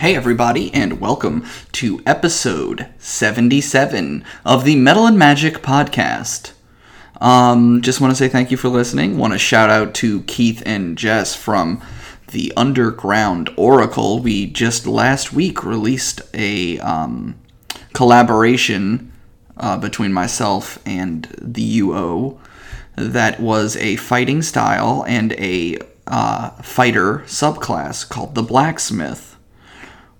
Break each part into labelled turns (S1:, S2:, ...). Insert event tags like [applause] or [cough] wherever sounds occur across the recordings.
S1: Hey, everybody, and welcome to episode 77 of the Metal and Magic podcast. Um, just want to say thank you for listening. Want to shout out to Keith and Jess from the Underground Oracle. We just last week released a um, collaboration uh, between myself and the UO that was a fighting style and a uh, fighter subclass called the Blacksmith.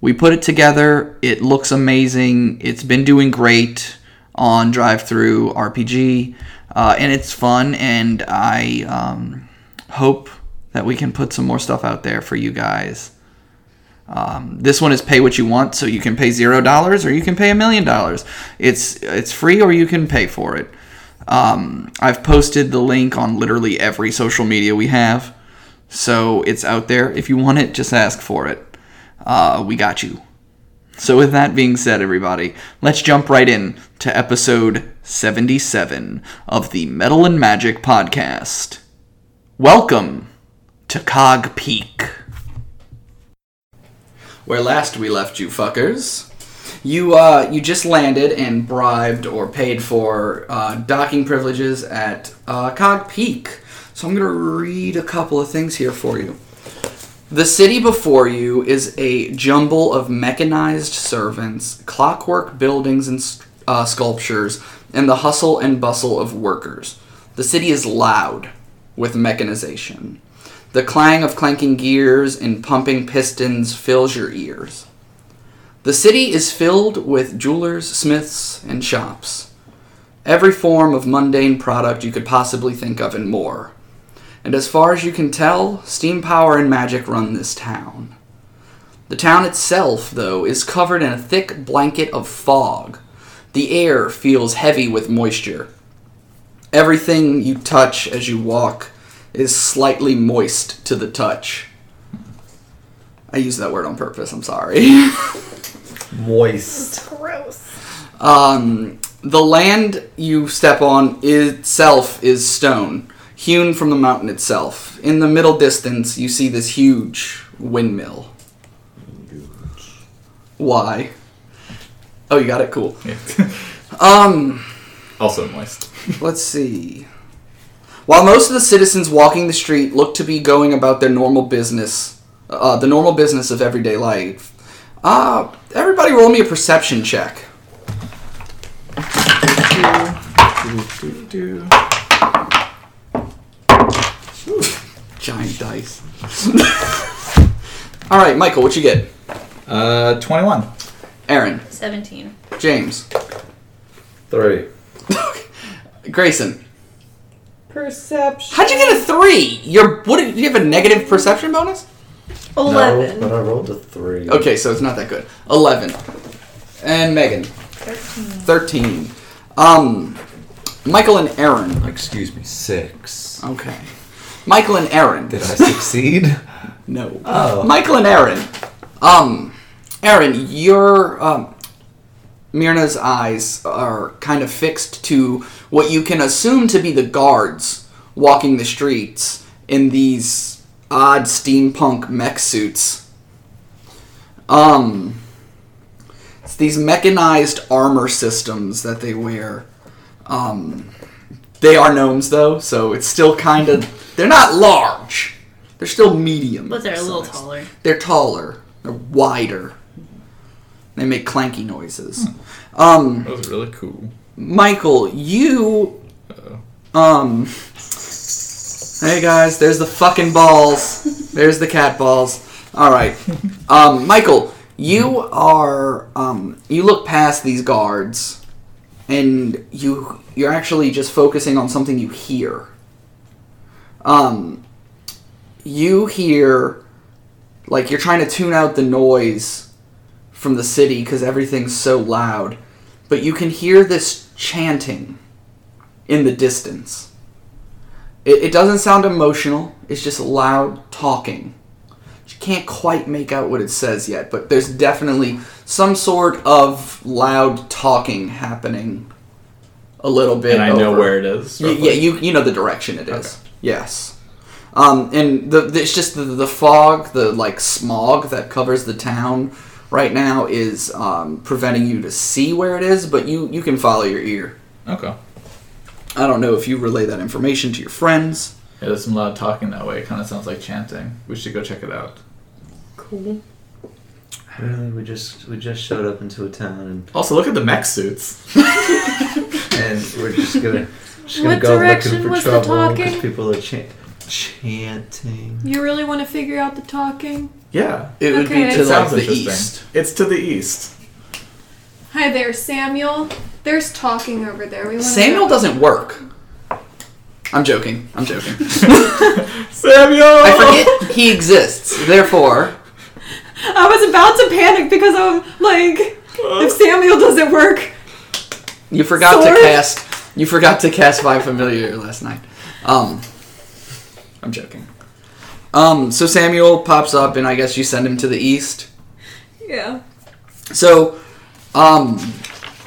S1: We put it together. It looks amazing. It's been doing great on Drive Through RPG, uh, and it's fun. And I um, hope that we can put some more stuff out there for you guys. Um, this one is pay what you want, so you can pay zero dollars or you can pay a million dollars. It's it's free or you can pay for it. Um, I've posted the link on literally every social media we have, so it's out there. If you want it, just ask for it. Uh, we got you. So, with that being said, everybody, let's jump right in to episode 77 of the Metal and Magic podcast. Welcome to Cog Peak. Where last we left you, fuckers. You, uh, you just landed and bribed or paid for uh, docking privileges at uh, Cog Peak. So, I'm going to read a couple of things here for you. The city before you is a jumble of mechanized servants, clockwork buildings and s- uh, sculptures, and the hustle and bustle of workers. The city is loud with mechanization. The clang of clanking gears and pumping pistons fills your ears. The city is filled with jewelers, smiths, and shops. Every form of mundane product you could possibly think of and more. And as far as you can tell, steam power and magic run this town. The town itself, though, is covered in a thick blanket of fog. The air feels heavy with moisture. Everything you touch as you walk is slightly moist to the touch. I used that word on purpose, I'm sorry. [laughs]
S2: Moist. [laughs]
S1: Um, the land you step on itself is stone, hewn from the mountain itself. In the middle distance, you see this huge windmill. Why? Oh, you got it. Cool. Um,
S3: also moist.
S1: let's see. While most of the citizens walking the street look to be going about their normal business, uh, the normal business of everyday life, uh, everybody roll me a perception check. Giant dice. [laughs] All right, Michael, what you get?
S3: Uh, 21.
S1: Aaron,
S4: 17.
S1: James, [laughs]
S2: Three.
S1: Grayson.
S5: Perception.
S1: How'd you get a three? Your what? Did you have a negative perception bonus?
S4: 11.
S2: No, but I rolled a three.
S1: Okay, so it's not that good. Eleven, and Megan,
S4: 13.
S1: thirteen. Um, Michael and Aaron.
S2: Excuse me. Six.
S1: Okay, Michael and Aaron.
S2: Did
S3: [laughs]
S2: I succeed?
S1: No.
S2: Oh.
S1: Michael and Aaron. Um, Aaron, your um, Myrna's eyes are kind of fixed to what you can assume to be the guards walking the streets in these odd steampunk mech suits. Um, it's these mechanized armor systems that they wear. Um, they are gnomes though, so it's still kind of they're not large. They're still medium.
S4: But they're a little
S1: sized.
S4: taller.
S1: They're taller. They're wider. They make clanky noises. Um,
S3: That was really cool.
S1: Michael, you, um, hey guys, there's the fucking balls. There's the cat balls. All right, um, Michael, you are, um, you look past these guards, and you you're actually just focusing on something you hear. Um, you hear, like you're trying to tune out the noise from the city because everything's so loud, but you can hear this chanting in the distance. It, it doesn't sound emotional, it's just loud talking. You can't quite make out what it says yet, but there's definitely some sort of loud talking happening a little bit.
S3: And I know
S1: over-
S3: where it is.
S1: Y-
S3: roughly.
S1: yeah, you you know the direction it is.
S3: Okay.
S1: Yes. Um, and the, the- it's just the, the fog, the like smog that covers the town right now is um, preventing you to see where it is, but you, you can follow your ear.
S3: Okay.
S1: I don't know if you relay that information to your friends.
S3: Yeah, there's some loud talking that way. It kind of sounds like chanting. We should go check it out.
S5: Cool.
S6: Really, we just we just showed up into a town
S3: Also, look at the mech suits.
S6: and, and we're just
S5: [laughs]
S6: gonna just gonna
S5: What
S6: go
S5: direction
S6: looking for
S5: was the
S6: trouble
S5: talking?
S6: people are chan- chanting.
S5: You really want to figure out the talking?
S3: Yeah.
S1: It would
S5: Okay.
S1: be to
S5: It
S1: like the east.
S3: It's to the east.
S5: Hi there, Samuel. There's talking over there. We want
S1: Samuel doesn't work. I'm joking. I'm joking.
S3: Samuel! [laughs]
S1: I forget he exists. Therefore,
S5: I was about to panic because I'm like, if Samuel doesn't work,
S1: you forgot to
S5: Sword?
S1: cast. You forgot to cast by familiar last night. Um, I'm joking. Um, so Samuel pops up, and I guess you send him to the east.
S5: yeah.
S1: So, um,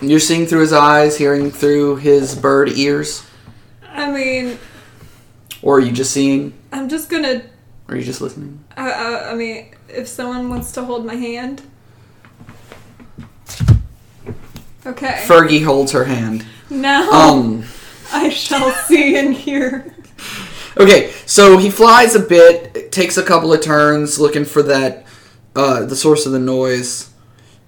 S1: you're seeing through his eyes, hearing through his bird ears,
S5: I mean,
S1: or are you just seeing?
S5: I'm just gonna.
S1: Or are you just listening?
S5: I, I, I mean, if someone wants to hold my hand. Okay.
S1: Fergie holds her hand.
S5: now
S1: Um.
S5: [laughs] I shall see and hear.
S1: Okay, so he flies a bit, takes a couple of turns looking for that uh, the source of the noise,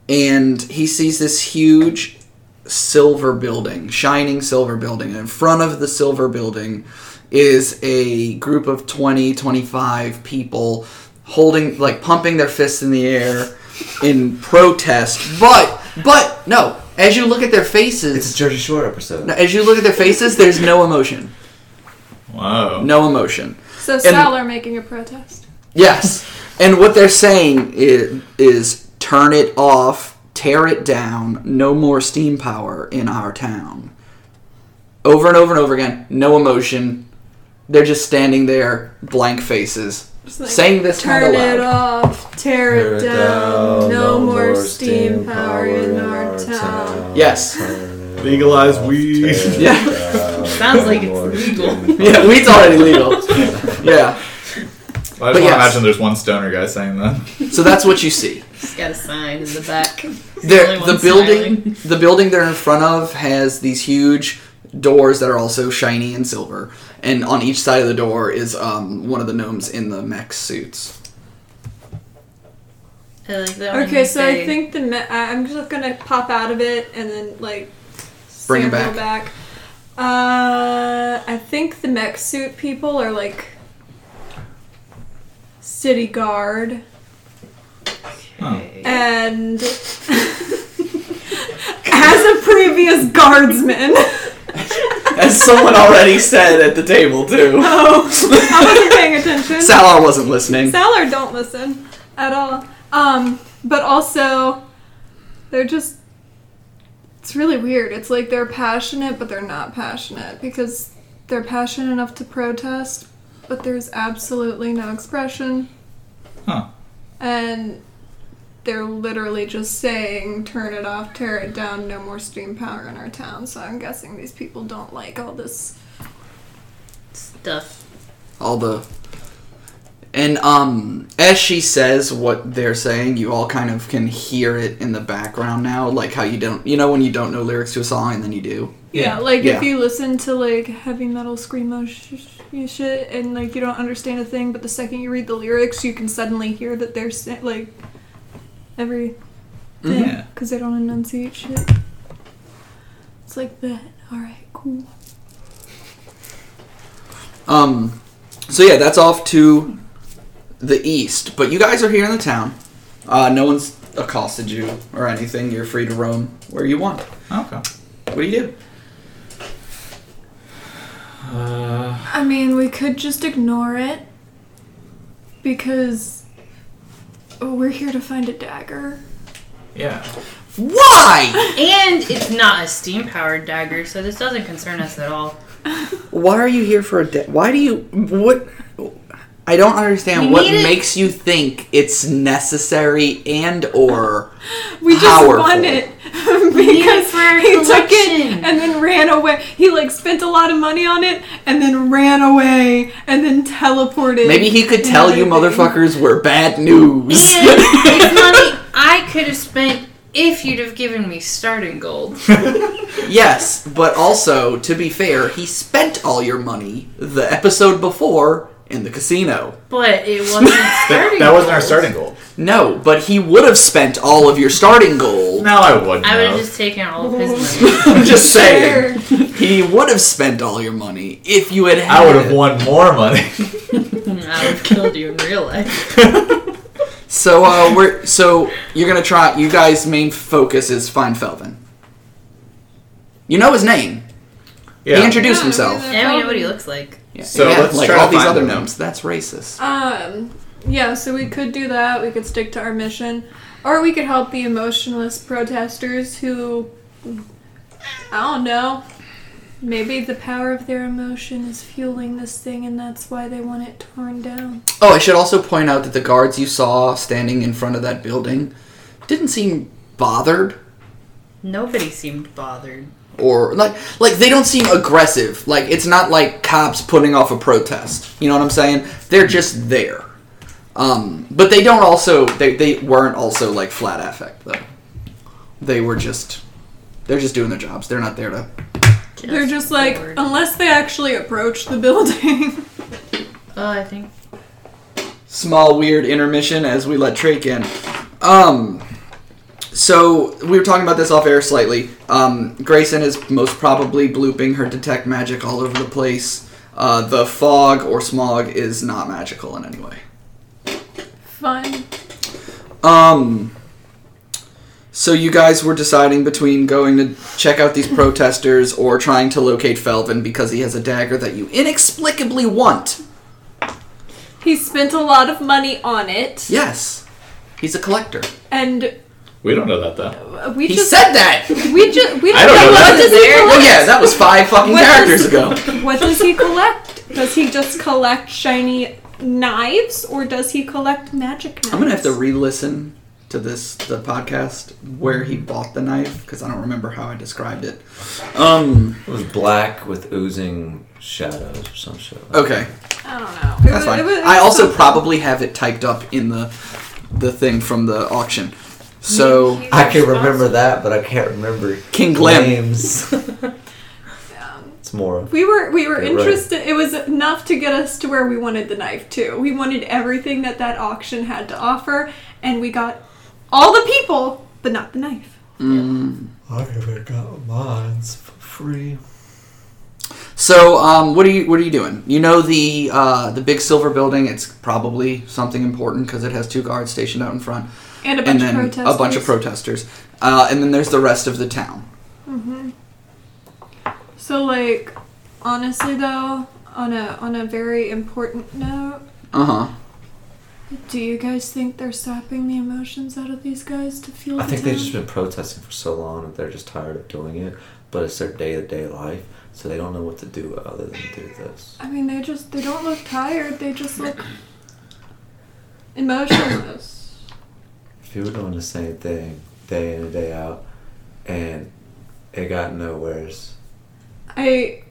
S1: and he sees this huge silver building, shining silver building. And in front of the silver building is a group of 20, 25 people holding like pumping their fists in the air in protest. But but no, as you look at their
S6: It's a
S1: faces,
S6: Jersey Shore episode.
S1: no, as you look at their faces, there's no emotion.
S3: Wow.
S1: No emotion.
S5: So Sal are making a protest.
S1: Yes. And what they're saying is, is turn it off, tear it down, no more steam power in our town. Over and over and over again, no emotion. They're just standing there, blank faces.
S5: Just like,
S1: Saying this kind
S5: Turn
S1: of
S5: it
S1: loud.
S5: off, tear it down. No more steam power in our town.
S1: Yes.
S3: Legalize weed.
S6: [laughs]
S1: Yeah.
S4: Sounds like it's legal.
S1: Yeah, weed's already legal. [laughs] Yeah. But
S3: I just want to
S1: yes.
S3: imagine there's one stoner guy saying that.
S1: So that's what you see.
S4: Just got a sign in the back.
S1: They're,
S4: Only
S1: the
S4: one
S1: building [laughs] the building they're in front of has these huge doors that are also shiny and silver and on each side of the door is um, one of the gnomes in the mech suits
S4: I like that when
S5: Okay,
S4: you
S5: so I
S4: say-
S5: think the me- I- I'm just gonna pop out of it and then like
S1: Bring it
S5: sample back. Uh, I think the mech suit people are like city guard,
S1: [laughs]
S5: and [laughs] as a previous guardsman,
S1: [laughs]
S5: [laughs]
S1: as someone already said at the table
S4: [laughs]
S1: too
S4: Oh.
S1: [laughs]
S5: I wasn't paying attention.
S1: salar wasn't listening
S5: Salar don't listen at all. Um, but also, they're just. It's really weird. It's like they're passionate, but they're not passionate because they're passionate enough to protest, but there's absolutely no expression.
S3: Huh.
S5: And they're literally just saying, turn it off, tear it down, no more steam power in our town. So I'm guessing these people don't like all this.
S4: stuff.
S1: all the and um as she says what they're saying you all kind of can hear it in the background now like how you don't you know when you don't know lyrics to a song and then you do
S5: Yeah, like
S1: Yeah.
S5: if you listen to like heavy metal screamo sh- sh- shit and like you don't understand a thing, but the second you read the lyrics, you can suddenly hear that they're sa- like every
S3: Yeah.
S5: because they don't enunciate shit. It's like that. All right, cool.
S1: Um, so yeah, that's off to the east. But you guys are here in the town. Uh, no one's accosted you or anything. You're free to roam where you want.
S3: Okay.
S1: What do you do?
S3: Uh,
S5: I mean, we could just ignore it because we're here to find a dagger.
S3: yeah.
S1: Why?
S4: And it's not a steam powered dagger, so this doesn't concern us at all.
S1: Why are you here for a day? Why do you what? I don't understand
S4: We
S1: what
S4: need it.
S1: makes you think it's necessary and or
S5: We just
S1: Powerful.
S5: won it [laughs]
S4: need it
S5: because
S4: for our
S5: he took it
S4: collection.
S5: and then ran away. He like spent a lot of money on it and then ran away and then teleported.
S1: maybe he could
S5: and
S1: tell you
S5: everything.
S4: [laughs]
S1: motherfuckers were bad news.
S4: And it's money I could have spent if you'd have given me starting gold.
S1: Yes, but also, to be fair, he spent all your money the episode before in the casino.
S4: But it wasn't starting
S3: that wasn't our
S4: gold.
S3: starting goal.
S1: No, but he would have spent all of your starting gold.
S5: [laughs]
S3: No, I wouldn't.
S4: I would have
S3: have.
S4: just taken all of his money.
S1: I'm just saying. He would have spent all your money if you had had
S3: I would have
S1: it.
S3: won more money. [laughs]
S4: and I would have killed you in real life.
S1: So uh we're so you're gonna try you guys main focus is find Felvin. You know his name. He introduced
S5: Yeah,
S1: himself.
S5: I mean,
S4: And we know what he looks like.
S1: Yeah.
S3: So
S1: yeah,
S3: let's
S1: like
S3: try
S1: all
S3: to
S1: these
S3: find
S1: other
S3: him.
S1: gnomes. That's racist.
S5: Um, yeah, so we could do that. We could stick to our mission. Or we could help the emotionless protesters who, I don't know, maybe the power of their emotion is fueling this thing and that's why they want it torn down.
S1: Oh, I should also point out that the guards you saw standing in front of that building didn't seem bothered
S4: Nobody seemed bothered.
S1: or like like they don't seem aggressive. Like it's not like cops putting off a protest. You know what I'm saying? They're just there. Um, but they don't also they, they weren't also like flat affect though. They were just they're just doing their jobs. They're not there to
S4: Just
S5: They're just like, uh,
S4: bored.
S5: unless they actually approach the [laughs] building.
S4: oh, I think
S1: small weird intermission as we let Drake in. Um, so we were talking about this off air slightly. Um, Grayson is most probably blooping her detect magic all over the place. Uh, the fog or smog is not magical in any way.
S5: Fine.
S1: Um. So you guys were deciding between going to check out these protesters or trying to locate Felvin because he has a dagger that you inexplicably want.
S5: He spent a lot of money on it,
S1: Yes, he's a collector.
S5: and
S3: We don't know that though.
S5: we
S1: He
S5: just
S1: said that.
S5: we just we don't,
S3: I don't
S5: know
S3: know
S5: what
S3: that.
S5: does he
S1: Well,
S5: collect.
S1: yeah, that was five fucking
S5: What
S1: characters
S5: is-
S1: ago.
S5: What does he collect? Does he just collect shiny knives or does he collect magic knives?
S1: I'm gonna have to re-listen to this the podcast where he bought the knife because I don't remember how I described it. Um.
S2: It was black with oozing shadows or some shit. like
S1: Okay,
S5: I don't know.
S1: that's
S5: It wa-
S1: fine.
S5: it wa- it
S1: I
S5: was
S1: also
S5: so-
S1: probably have it typed up in the the thing from the auction. So
S2: that. I can remember that, but I can't remember
S1: King Glim.
S5: [laughs]
S2: names. it's more.
S5: We were we
S2: You're
S5: were
S2: right.
S5: interested. It was enough to get us to where we wanted the knife too. We wanted everything that that auction had to offer, and we got all the people, but not the knife.
S1: mm.
S2: I even got mines for free.
S1: So, um, what are you what are you doing? You know the uh, the big silver building. It's probably something important because it has two guards stationed out in front,
S5: And a
S1: and
S5: bunch
S1: then
S5: of protesters.
S1: a bunch of protesters, uh, and then there's the rest of the town.
S5: So like, honestly though, on a on a very important note,
S1: Uh
S2: Uh-huh.
S1: huh.
S5: do you guys think they're sapping the emotions out of these guys to feel?
S2: I
S5: the
S2: think they've
S5: down?
S2: just been protesting for so long that they're just tired of doing it, but it's their day to day life, so they don't know what to do other than do this.
S5: I mean, they just they don't look tired. They just look emotionless.
S2: If you were doing the same thing day in and day out, and it got nowheres,
S5: I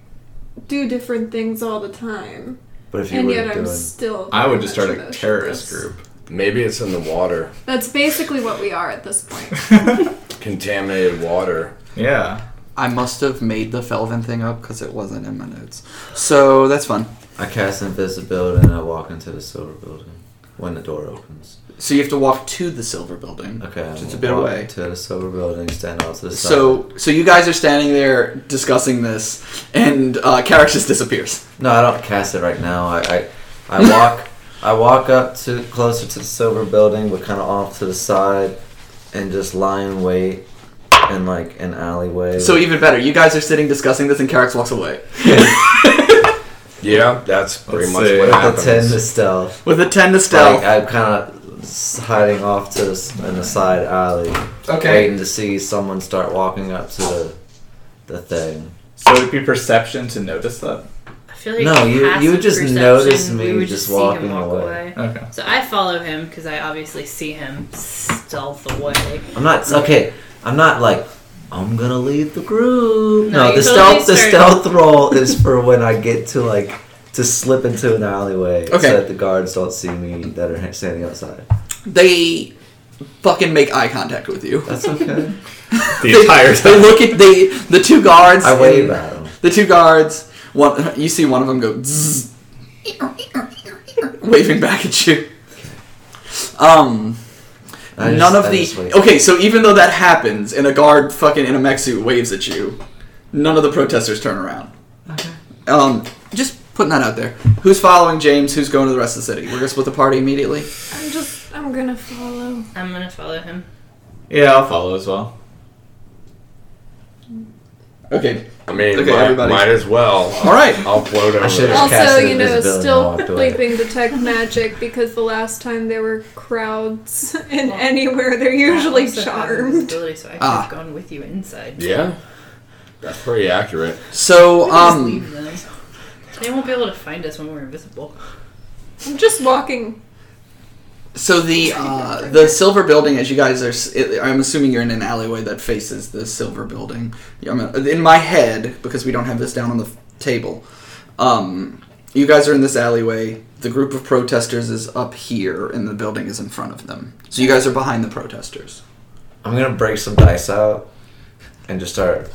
S5: do different things all the time,
S2: but if you
S5: and
S2: were
S5: yet I'm
S2: doing,
S5: still.
S3: I would
S5: very
S3: just start
S5: much
S3: a terrorist
S5: emotionless.
S3: group.
S7: Maybe it's in the water.
S5: That's basically what we are at this point.
S7: Contaminated water.
S3: Yeah.
S1: I must have made the Felvin thing up because it wasn't in my notes. So that's fun.
S2: I cast invisibility and I walk into the silver building when the door opens.
S1: So you have to walk to the silver building.
S2: Okay, I'm
S1: Just
S2: gonna
S1: a bit
S2: walk
S1: away.
S2: to the silver building, stand out to the side.
S1: So so you guys are standing there discussing this, and uh, Carrick just disappears.
S2: No, I don't cast it right now. I, I, I
S1: [laughs]
S2: walk, I walk up to closer to the silver building, but kind of off to the side, and just lie in wait in like an alleyway.
S1: So even better, you guys are sitting discussing this, and Carrick walks away
S7: Yeah, that's pretty
S3: Let's
S7: much
S3: see.
S7: what
S2: with a ten
S7: happens.
S2: to stealth.
S1: with a ten to
S2: Like,
S1: stealth.
S2: I'm kind of hiding off to the, s- in the side alley, waiting to see someone start walking up to the, the thing.
S3: So it'd be perception to notice that.
S4: I feel like
S2: No, you-
S4: passive
S2: you would just
S4: perception,
S2: notice me
S4: we would
S2: just
S4: see him
S2: walking
S4: walk
S2: away.
S4: [laughs]
S3: Okay.
S4: So I follow him because I obviously see him stealth away.
S2: I'm not okay. I'm not like I'm gonna lead the group.
S4: No,
S2: No,
S4: you
S2: the
S4: totally
S2: stealth the
S4: started-
S2: stealth roll is for when I get to like to slip into an alleyway
S1: Okay.
S2: so that the guards don't see me that are standing outside.
S1: they fucking make eye contact with you.
S2: That's okay.
S1: They-
S8: the entire
S1: They
S8: time.
S1: look at they the two guards.
S2: I wave
S1: and-
S2: at him.
S1: The two guards. One, you see one of them go zzz, waving back at you. Um,
S2: I just-
S1: none of
S2: I
S1: the.
S2: just wave.
S1: Okay, so even though that happens, and a guard fucking in a mech suit waves at you, none of the protesters turn around. Okay. Um, just putting that out there. Who's following James? Who's going to the rest of the city? We're gonna split the party immediately.
S5: I'm just, I'm gonna follow.
S4: I'm gonna follow him.
S3: Yeah, I'll follow as well.
S1: Okay.
S7: I mean,
S1: Okay,
S7: might,
S1: everybody.
S7: might as well.
S1: All right.
S7: I'll float over.
S2: should've
S7: there.
S2: just
S5: Also,
S2: casted
S5: you know,
S2: invisibility
S5: still
S2: and walked away.
S5: leaping [laughs] detect magic because the last time there were crowds [laughs] in anywhere, they're usually
S4: Also have
S5: charmed.
S4: invisibility, So I could
S1: Ah.
S4: have gone with you inside.
S7: Yeah, that's pretty accurate.
S1: So
S4: We can just
S1: um,
S4: leave them. They won't be able to find us when we're invisible.
S5: I'm just walking.
S1: so the uh, the silver building, as you guys are, s- it- I'm assuming you're in an alleyway that faces the silver building. Yeah, I'm, uh, in my head, because we don't have this down on the f- table, um, you guys are in this alleyway. The group of protesters is up here, and the building is in front of them. So you guys are behind the protesters,
S2: I'm gonna break some dice out and just start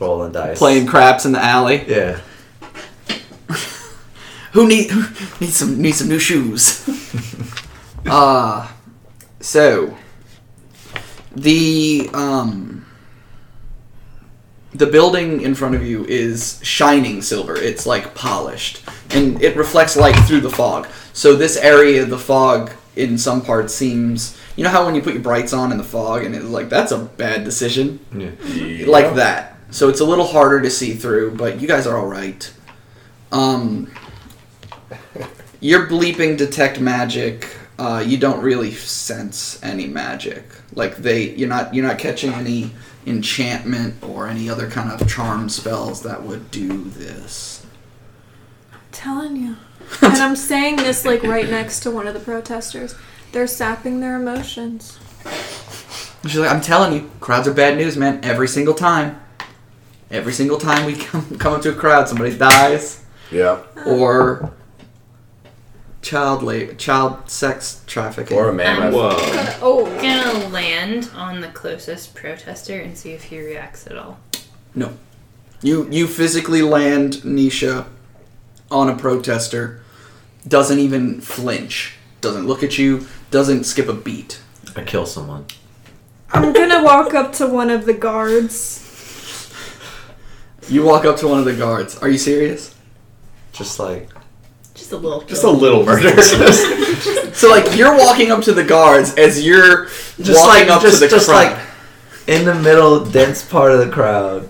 S2: rolling dice.
S1: playing craps in the alley.
S2: Yeah.
S1: Who need who need some need some new shoes? uh so the um the building in front of you is shining silver. It's like polished and it reflects light through the fog. So this area the fog in some parts seems you know how when you put your brights on in the fog and it's like that's a bad decision [laughs] like that. So it's a little harder to see through, but you guys are all right. Um, you're bleeping detect magic. Uh, you don't really sense any magic. Like they, you're not you're not catching any enchantment or any other kind of charm spells that would do this.
S5: telling you. and I'm saying this like right next to one of the protesters. They're sapping their emotions.
S1: She's like, I'm telling you, crowds are bad news, man. Every single time, every single time we [laughs] come come into a crowd, somebody dies.
S7: Yeah,
S1: or child la- child sex trafficking.
S7: or a mammoth.
S3: Whoa.
S5: oh.
S4: gonna land on the closest protester and see if he reacts at all.
S1: you you physically land Nisha on a protester, doesn't even flinch, doesn't look at you, doesn't skip a beat.
S2: I kill someone.
S5: I'm gonna walk up to one of the guards.
S1: You walk up to one of the guards. Are you serious?
S2: Just like
S4: Just a little.
S8: Just a little murder. Just
S1: So like you're walking up to the guards as you're
S2: Just
S1: walking
S2: like-
S1: up
S2: just-
S1: to the
S2: just
S1: crowd.
S2: like- in the middle, dense part of the crowd.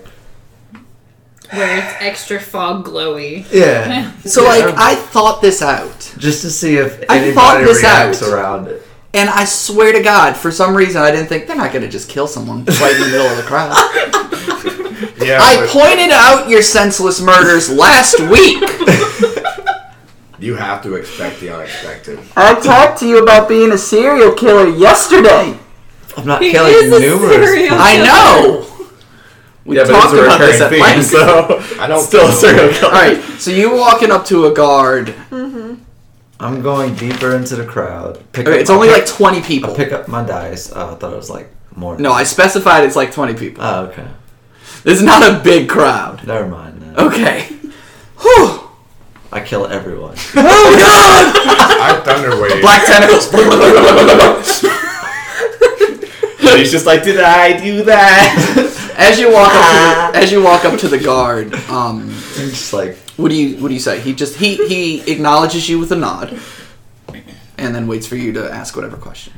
S4: where it's extra fog glowy.
S2: Yeah.
S1: so
S2: Yeah.
S1: like I thought this out.
S2: Just to see if
S1: I thought
S2: anybody
S1: this out.
S2: reacts around it.
S1: And I swear to God, for some reason, I didn't think they're not going to just kill someone right in the middle of the crowd.
S7: Yeah,
S1: I
S7: but
S1: pointed out your senseless murders last week.
S7: you have to expect the unexpected.
S1: [laughs] I talked to you about being a serial killer yesterday.
S2: I'm not
S5: He
S2: killing
S5: is a
S2: numerous.
S5: serial
S1: I know. We
S8: yeah, but
S1: talked
S8: it's a
S1: about
S8: recurring
S1: this at
S8: theme,
S1: length.
S8: so
S3: [laughs]
S7: I don't
S8: still a serial killer.
S1: [laughs] All right, so you walking up to a guard.
S2: I'm going deeper into the crowd. Pick
S1: Okay,
S2: up-
S1: it's only
S2: I'll
S1: like
S2: pick-
S1: 20
S2: I'll
S1: people.
S2: pick up my dice. Oh, I thought it was like more.
S1: No, I specified it's like 20 people.
S2: Oh, okay.
S1: This is not a big crowd.
S2: Never mind. Then.
S1: Okay. Whew.
S2: I kill everyone.
S1: Oh God!
S7: I thunderwave.
S1: Black tentacles.
S8: And he's just like, did I do that?
S1: [laughs] As you walk up to the, as you walk up to the guard, um,
S2: [laughs] I'm just like
S1: what do you what do you say? He just he he acknowledges you with a nod, and then waits for you to ask whatever question.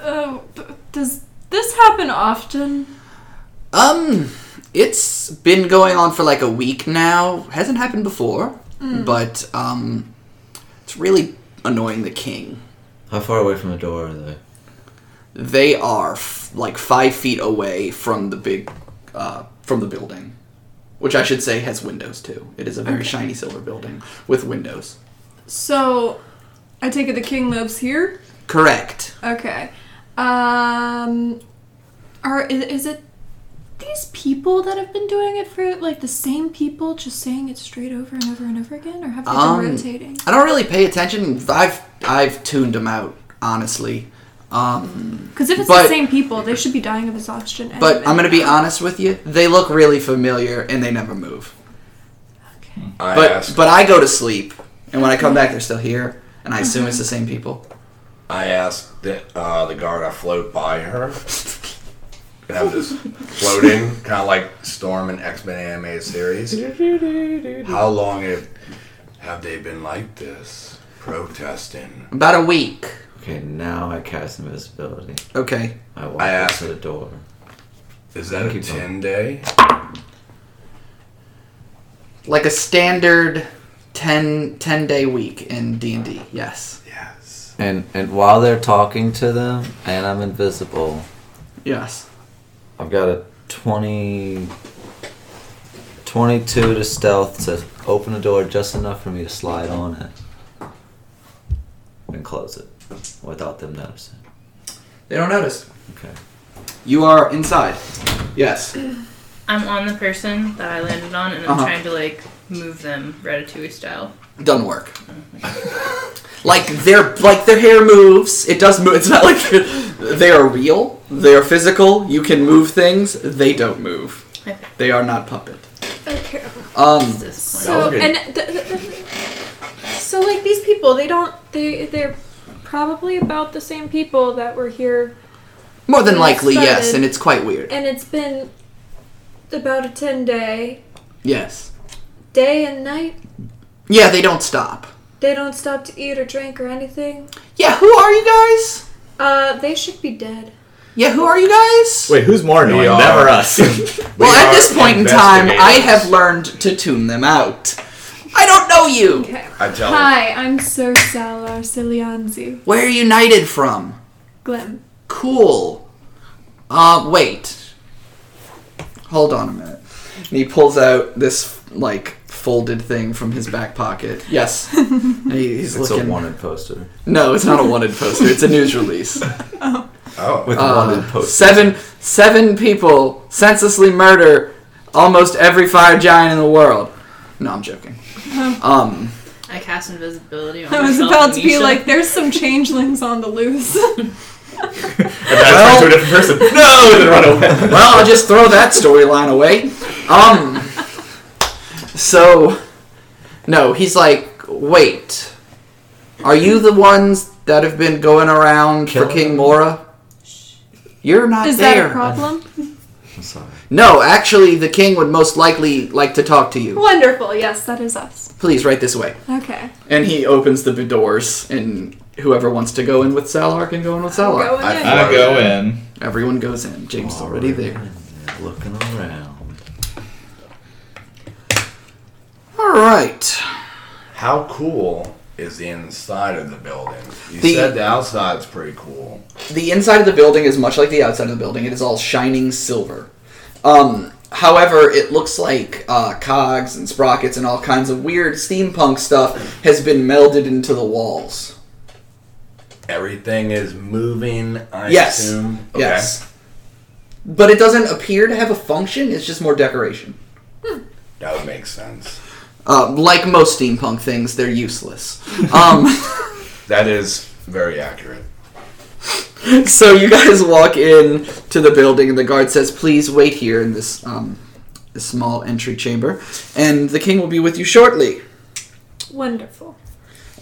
S5: Uh, b- does this happen often?
S1: Um, it's been going on for like a week now. Hasn't happened before, but um, it's really annoying the king.
S2: how far away from the door are they?
S1: They are f- like five feet away from the big uh, from the building, which I should say has windows too. It is a very shiny silver building with windows.
S5: So, I take it the king lives here.
S1: Correct.
S5: Okay. Um, are is, is it these people that have been doing it for like the same people, just saying it straight over and over and over again, or have they been
S1: Um,
S5: rotating?
S1: I don't really pay attention. I've I've tuned them out honestly. Um,
S5: Because if it's
S1: But-
S5: the same people, they should be dying of exhaustion.
S1: but
S5: anyway.
S1: I'm gonna be honest with you. They look really familiar, and they never move.
S5: Okay.
S7: I
S1: [laughs] but
S7: asked.
S1: but I go to sleep, and when I come back, they're still here, and I assume it's the same people.
S7: I asked the, uh, the guard I float by her. I have this floating, kind of like Storm and X Men anime series. How long have, have they been like this? Protesting.
S1: About a week.
S2: Okay, now I cast invisibility.
S1: Okay.
S2: I walk
S7: I
S2: up
S7: asked-
S2: to the door.
S7: Is that a
S2: Keep going.
S7: 10 day?
S1: Like a standard 10, 10 day week in D and D. Yes.
S7: Yes.
S2: And and while they're talking to them, and I'm invisible,
S1: Yes.
S2: I've got a 20, 22 to stealth to open the door just enough for me to slide on it and close it without them noticing.
S1: They don't notice.
S2: Okay.
S1: You are inside. Yes.
S4: I'm on the person that I landed on, and I'm
S1: Uh-huh.
S4: trying to like move them ratatouille style.
S1: Doesn't work. like their like their hair moves. It does move. It's not like [laughs] they are real. They are physical. You can move things. They don't move.
S4: Okay.
S1: They are not puppet.
S5: Okay.
S1: Um.
S4: This point.
S5: So
S7: Okay.
S5: and th- th- th- so like these people, they don't they they're probably about the same people that were here,
S1: More than likely,
S5: Excited.
S1: yes, and it's quite weird.
S5: and it's been about a ten day
S1: Yes.
S5: day and night.
S1: Yeah, they don't stop.
S5: They don't stop to eat or drink or anything.
S1: Yeah, who are you guys?
S5: Uh, they should be dead.
S1: Yeah, who are you guys?
S8: Wait, who's more annoying?
S7: We are-
S8: Never us.
S1: well,
S7: We
S1: at
S7: are
S1: this point in time, I
S7: investigators.
S1: have learned to tune them out. I don't know you.
S5: Okay.
S7: I tell her.
S5: Hi, I'm Sir Salar Silianzu.
S1: Where are you knighted from?
S5: Glim.
S1: Cool. Uh, wait. Hold on a minute. And he pulls out this like folded thing from his back pocket. Yes. And he- he's
S2: It's
S1: looking.
S2: a wanted poster.
S1: No, it's not a wanted poster. It's a news
S2: [laughs]
S1: release.
S7: Oh.
S2: With
S1: Uh,
S2: wanted poster.
S1: seven seven people senselessly murder almost every fire giant in the world. No, I'm joking. Um,
S4: I cast invisibility on
S5: I was
S4: myself
S5: about
S4: and
S5: to be
S4: Nisha.
S5: like, there's some changelings on the [laughs] loose.
S8: And that's
S1: Well-
S8: to a different person. No, and then run away.
S1: well, I'll just throw that storyline away. Um, so no, he's like, wait, are you the ones that have been going around for
S2: Killing
S1: King
S2: them?
S1: Mora? You're not
S5: Is
S1: there.
S5: that a problem?
S2: I'm sorry.
S1: No, actually, the king would most likely like to talk to you.
S5: Wonderful. Yes, that is us.
S1: Please, right this way.
S5: Okay.
S1: And he opens the doors, and whoever wants to go in with Salar can go in with Salar.
S5: Go
S7: I
S5: in.
S7: thought-
S3: I go in.
S1: Everyone goes in. James is already there.
S2: Looking around.
S1: All right.
S7: How cool is the inside of the building? You
S1: The-
S7: said the outside's pretty cool.
S1: The inside of the building is much like the outside of the building. It is all shining silver. Um, however, it looks like uh, cogs and sprockets and all kinds of weird steampunk stuff has been melded into the walls.
S7: Everything is moving, I
S1: Yes.
S7: assume. Okay.
S1: Yes. But it doesn't appear to have a function. It's just more decoration.
S7: That would make sense.
S1: Uh, like most steampunk things, they're useless. Um,
S7: That is very accurate.
S1: so you guys walk in to the building, and the guard says, "Please wait here in this um, this small entry chamber, and the king will be with you shortly."
S5: Wonderful.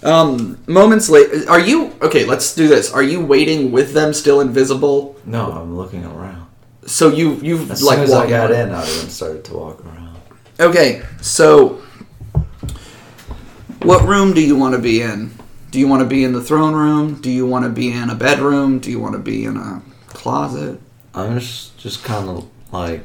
S1: Um, moments later, are you okay? Let's do this. Are you waiting with them, still invisible?
S2: No, I'm looking around.
S1: So you you
S2: As
S1: like
S2: soon as
S1: walk
S2: I got in, I then started to walk around.
S1: Okay, so what room do you want to be in? Do you want to be in the throne room? Do you want to be in a bedroom? Do you want to be in a closet?
S2: I'm just, just kind of [laughs] like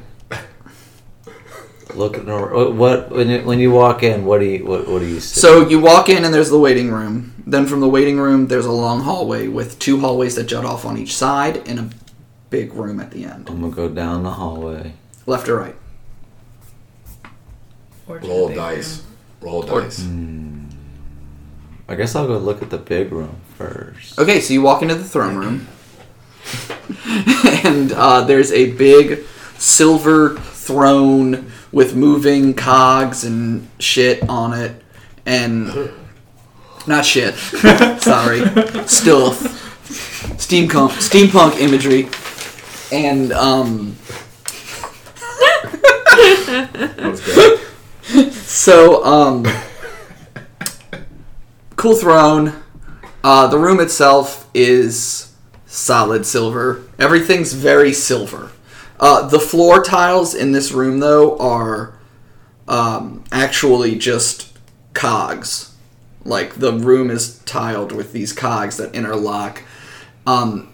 S2: looking around. What when you, when you walk in, what do you what, what do you see?
S1: So you walk in and there's the waiting room. Then from the waiting room, there's a long hallway with two hallways that jut off on each side and a big room at the end,
S2: I'm gonna go down the hallway.
S1: left or right.
S4: Or to
S7: Roll
S4: the
S7: dice. Roll
S1: Or-
S7: dice.
S2: I guess I'll go look at the big room first.
S1: Okay, so you walk into the throne room, [laughs] and uh, there's a big silver throne with moving cogs and shit on it, [laughs] and not shit. Sorry, stealth. steampunk steampunk imagery, and um,
S7: That's good.
S1: [laughs] so um, cool throne. Uh, the room itself is solid silver. Everything's very silver. Uh, the floor tiles in this room, though, are um, actually just cogs. Like the room is tiled with these cogs that interlock. Um,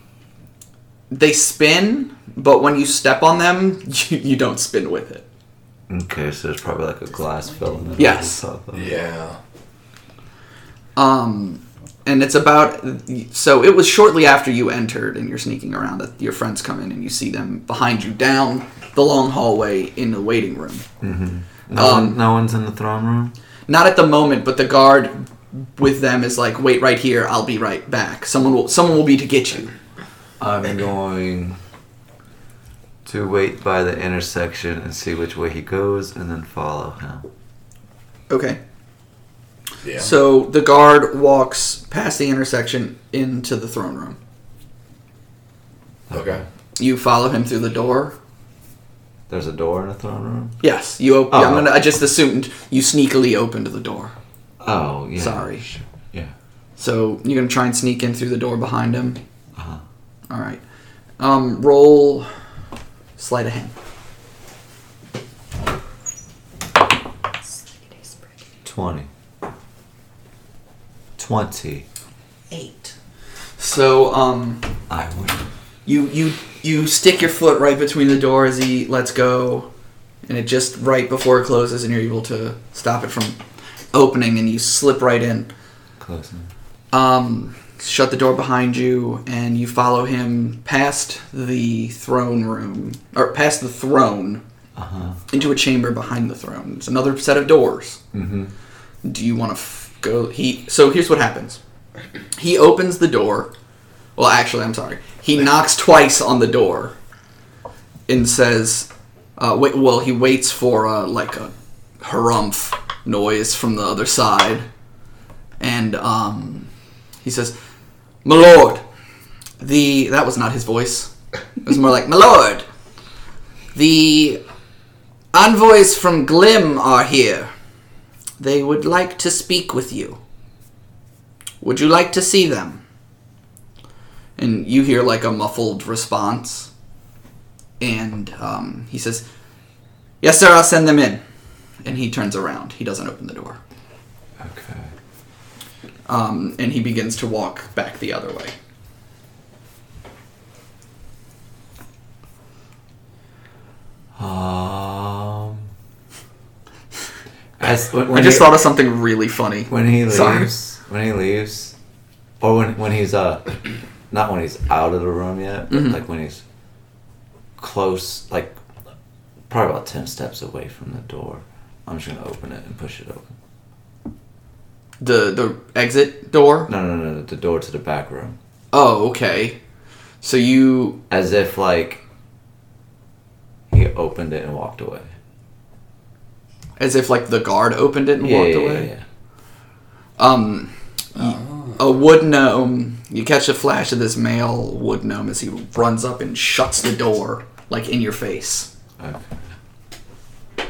S1: they spin, but when you step on them, [laughs] you, you don't spin with it.
S2: Okay, so there's probably like a glass filling.
S1: Yes.
S7: Yeah.
S1: Um, and it's about so it was shortly after you entered and you're sneaking around that your friends come in and you see them behind you down the long hallway in the waiting room.
S2: No, one, no one's in the throne room.
S1: Not at the moment, but the guard with them is like, "Wait right here. I'll be right back. Someone will someone will be to get you."
S2: I'm going to wait by the intersection and see which way he goes, and then follow him.
S1: Okay.
S7: Yeah.
S1: So the guard walks past the intersection into the throne room.
S7: okay.
S1: You follow him through the door.
S2: There's a door in the throne room.
S1: Yes, you. Op- I'm
S2: Oh.
S1: gonna. I just assumed you sneakily opened the door.
S2: Oh, yeah.
S1: Sorry.
S2: Yeah.
S1: So you're gonna try and sneak in through the door behind him.
S2: Uh-huh.
S1: All right. Um, roll sleight of hand.
S2: Twenty. Twenty.
S1: Eight. So um,
S2: I would.
S1: you you you stick your foot right between the door as he lets go, and it just right before it closes, and you're able to stop it from opening, and you slip right in.
S2: Close enough.
S1: Um, shut the door behind you, and you follow him past the throne room, or past the throne,
S2: Uh-huh.
S1: into a chamber behind the throne. It's another set of doors.
S2: Mm-hmm.
S1: do you want to f- go he so here's what happens he opens the door well actually i'm sorry he knocks twice on the door and says uh, wait, well he waits for uh, like a harumph noise from the other side and um, he says my lord the that was not his voice it was more like my lord the envoys from glim are here they would like to speak with you. Would you like to see them? And you hear like a muffled response. And um, he says, Yes, sir, I'll send them in. And he turns around. He doesn't open the door.
S2: Okay.
S1: Um, and he begins to walk back the other way.
S2: Um. As when, when
S1: I just
S2: he,
S1: thought of something really funny.
S2: when he leaves,
S1: Sorry.
S2: when he leaves, or when when he's uh, [clears throat] not when he's out of the room yet, but
S1: Mhm.
S2: like when he's close, like probably about ten steps away from the door. I'm just gonna open it and push it open.
S1: The the exit door?
S2: No, no, no, no, the door to the back room,
S1: Oh, okay. So you.
S2: as if like he opened it and walked away.
S1: As if like the guard opened it and walked away?
S2: yeah.
S1: Um, y- a wood gnome. You catch a flash of this male wood gnome as he runs up and shuts the door like in your face.
S2: Okay. Can,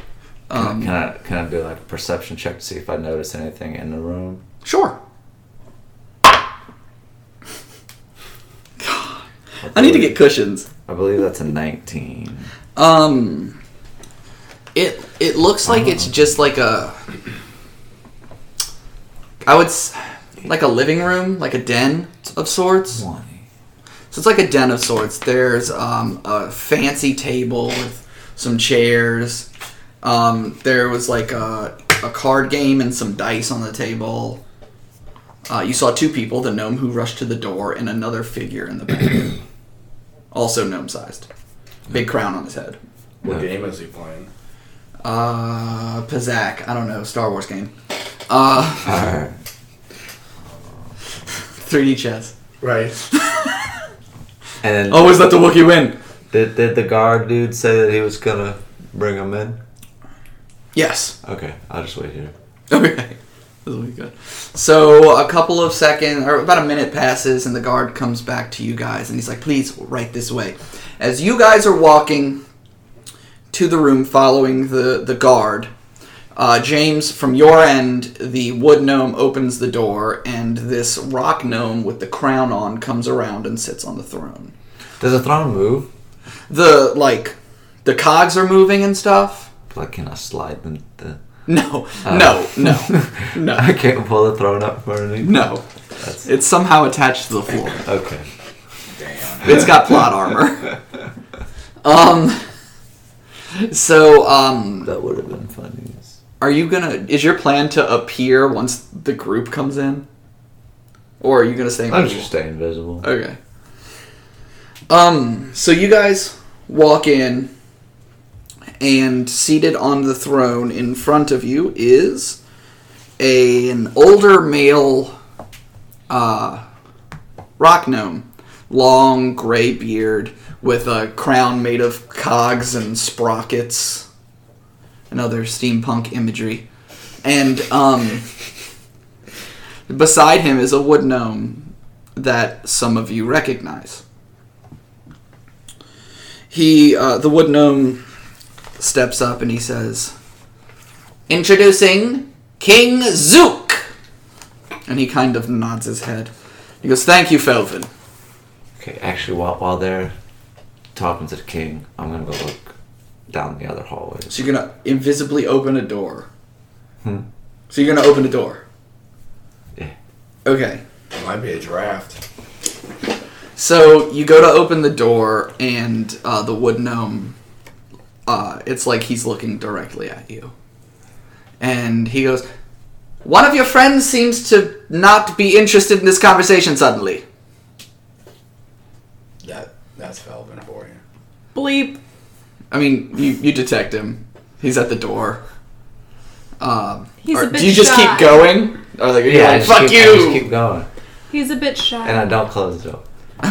S1: Um,
S2: I, can I can I do like a perception check to see if I notice anything in the room?
S1: Sure. I need to get cushions.
S2: I believe that's a nineteen.
S1: Um, it it looks like it's just like a. I would s- like a living room, like a den of sorts.
S2: Twenty.
S1: So it's like a den of sorts. There's um, a fancy table with some chairs. Um, there was like a, a card game and some dice on the table. Uh, you saw two people the gnome who rushed to the door and another figure in the back. also gnome sized. Big crown on his head.
S7: What game is he playing?
S1: Uh, Pizak. I don't know. Star Wars game. Uh,
S2: Alright.
S1: 3D chess.
S7: Right.
S2: And
S1: Always let the Wookiee win.
S2: did did the guard dude say that he was gonna bring him in?
S1: Yes.
S2: Okay, I'll just wait here.
S1: [laughs] Okay. This will be good. So a couple of seconds, or about a minute passes, and the guard comes back to you guys, and he's like, "Please, right this way." As you guys are walking to the room, following the the guard, uh, James, from your end, the wood gnome opens the door, and this rock gnome with the crown on comes around and sits on the throne.
S2: Does the throne move?
S1: The like, the cogs are moving and stuff.
S2: Like, can I slide the? the...
S1: No,
S2: Oh.
S1: no, no,
S2: [laughs]
S1: no.
S2: I can't pull the throne up or anything.
S1: No. It's somehow attached to the floor.
S2: Okay.
S1: It's got plot armor. Um so um
S2: That would have been funny.
S1: are you going to is your plan to appear once the group comes in? Or are you going to stay
S2: I'm just stay invisible.
S1: Okay. Um, so you guys walk in, and seated on the throne in front of you is a, an older male uh, rock gnome. Long gray beard with a crown made of cogs and sprockets and other steampunk imagery. And um, beside him is a wood gnome that some of you recognize. He, uh, the wood gnome, steps up and he says, "Introducing King Zook." And he kind of nods his head. He goes, "Thank you, Felvin."
S2: Okay, actually, while, while they're talking to the king, I'm gonna go look down the other hallway.
S1: So you're gonna invisibly open a door.
S2: Hmm.
S1: So you're gonna open a door.
S2: Yeah.
S1: Okay.
S7: It might be a draft.
S1: So you go to open the door, and uh, the wood gnome, uh, it's like he's looking directly at you. And he goes, One of your friends seems to not be interested in this conversation suddenly.
S7: That that's Felvin for you.
S5: Bleep.
S1: I mean, you, you detect him, he's at the door. Um,
S5: He's
S1: or-
S5: a bit
S1: do you just
S5: shy.
S1: keep going? Or like, are you
S2: Yeah, I
S1: like,
S2: just
S1: fuck
S2: keep, I
S1: you!
S2: just keep going,
S5: He's a bit shy.
S2: and I don't close the door.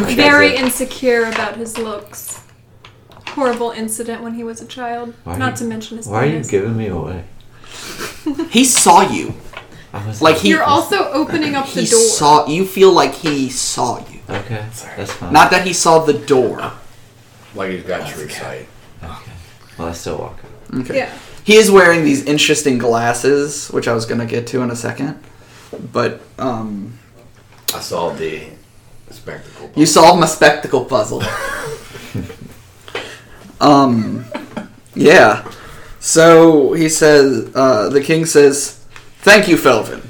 S5: Very insecure about his looks. Horrible incident when he was a child.
S2: Why are
S5: Not
S2: you-
S5: to mention his
S2: Why are you
S5: penis.
S2: giving me away?
S1: He saw you.
S2: I was
S1: Like, he-
S5: You're also opening up
S1: He
S5: the door.
S1: saw you. Feel like he saw you.
S2: Okay, that's fine.
S1: Not that he saw the door.
S7: Like he's got true sight.
S2: Well, I still walk.
S5: Yeah.
S1: He is wearing these interesting glasses, which I was gonna get to in a second. But um,
S7: I saw the spectacle.
S1: you solved my spectacle puzzle. um, yeah. So he says, uh, the king says, "Thank you, Felvin.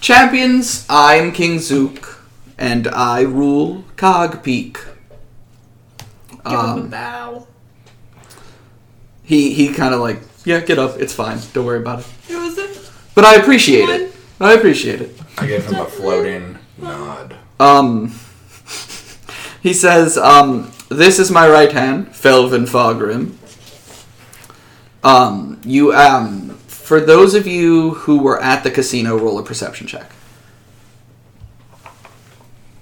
S1: Champions, I am King Zook, and I rule Cog Peak."
S5: Give him a
S1: Um,
S5: bow.
S1: He he kind of like, yeah, get up. It's fine. Don't worry about it.
S5: It was a
S1: But I appreciate it. I appreciate it.
S7: I gave him a floating nod.
S1: Um, [laughs] he says, um, "This is my right hand, Felvin Fargrim. Um, you um, for those of you who were at the casino, roll a perception check.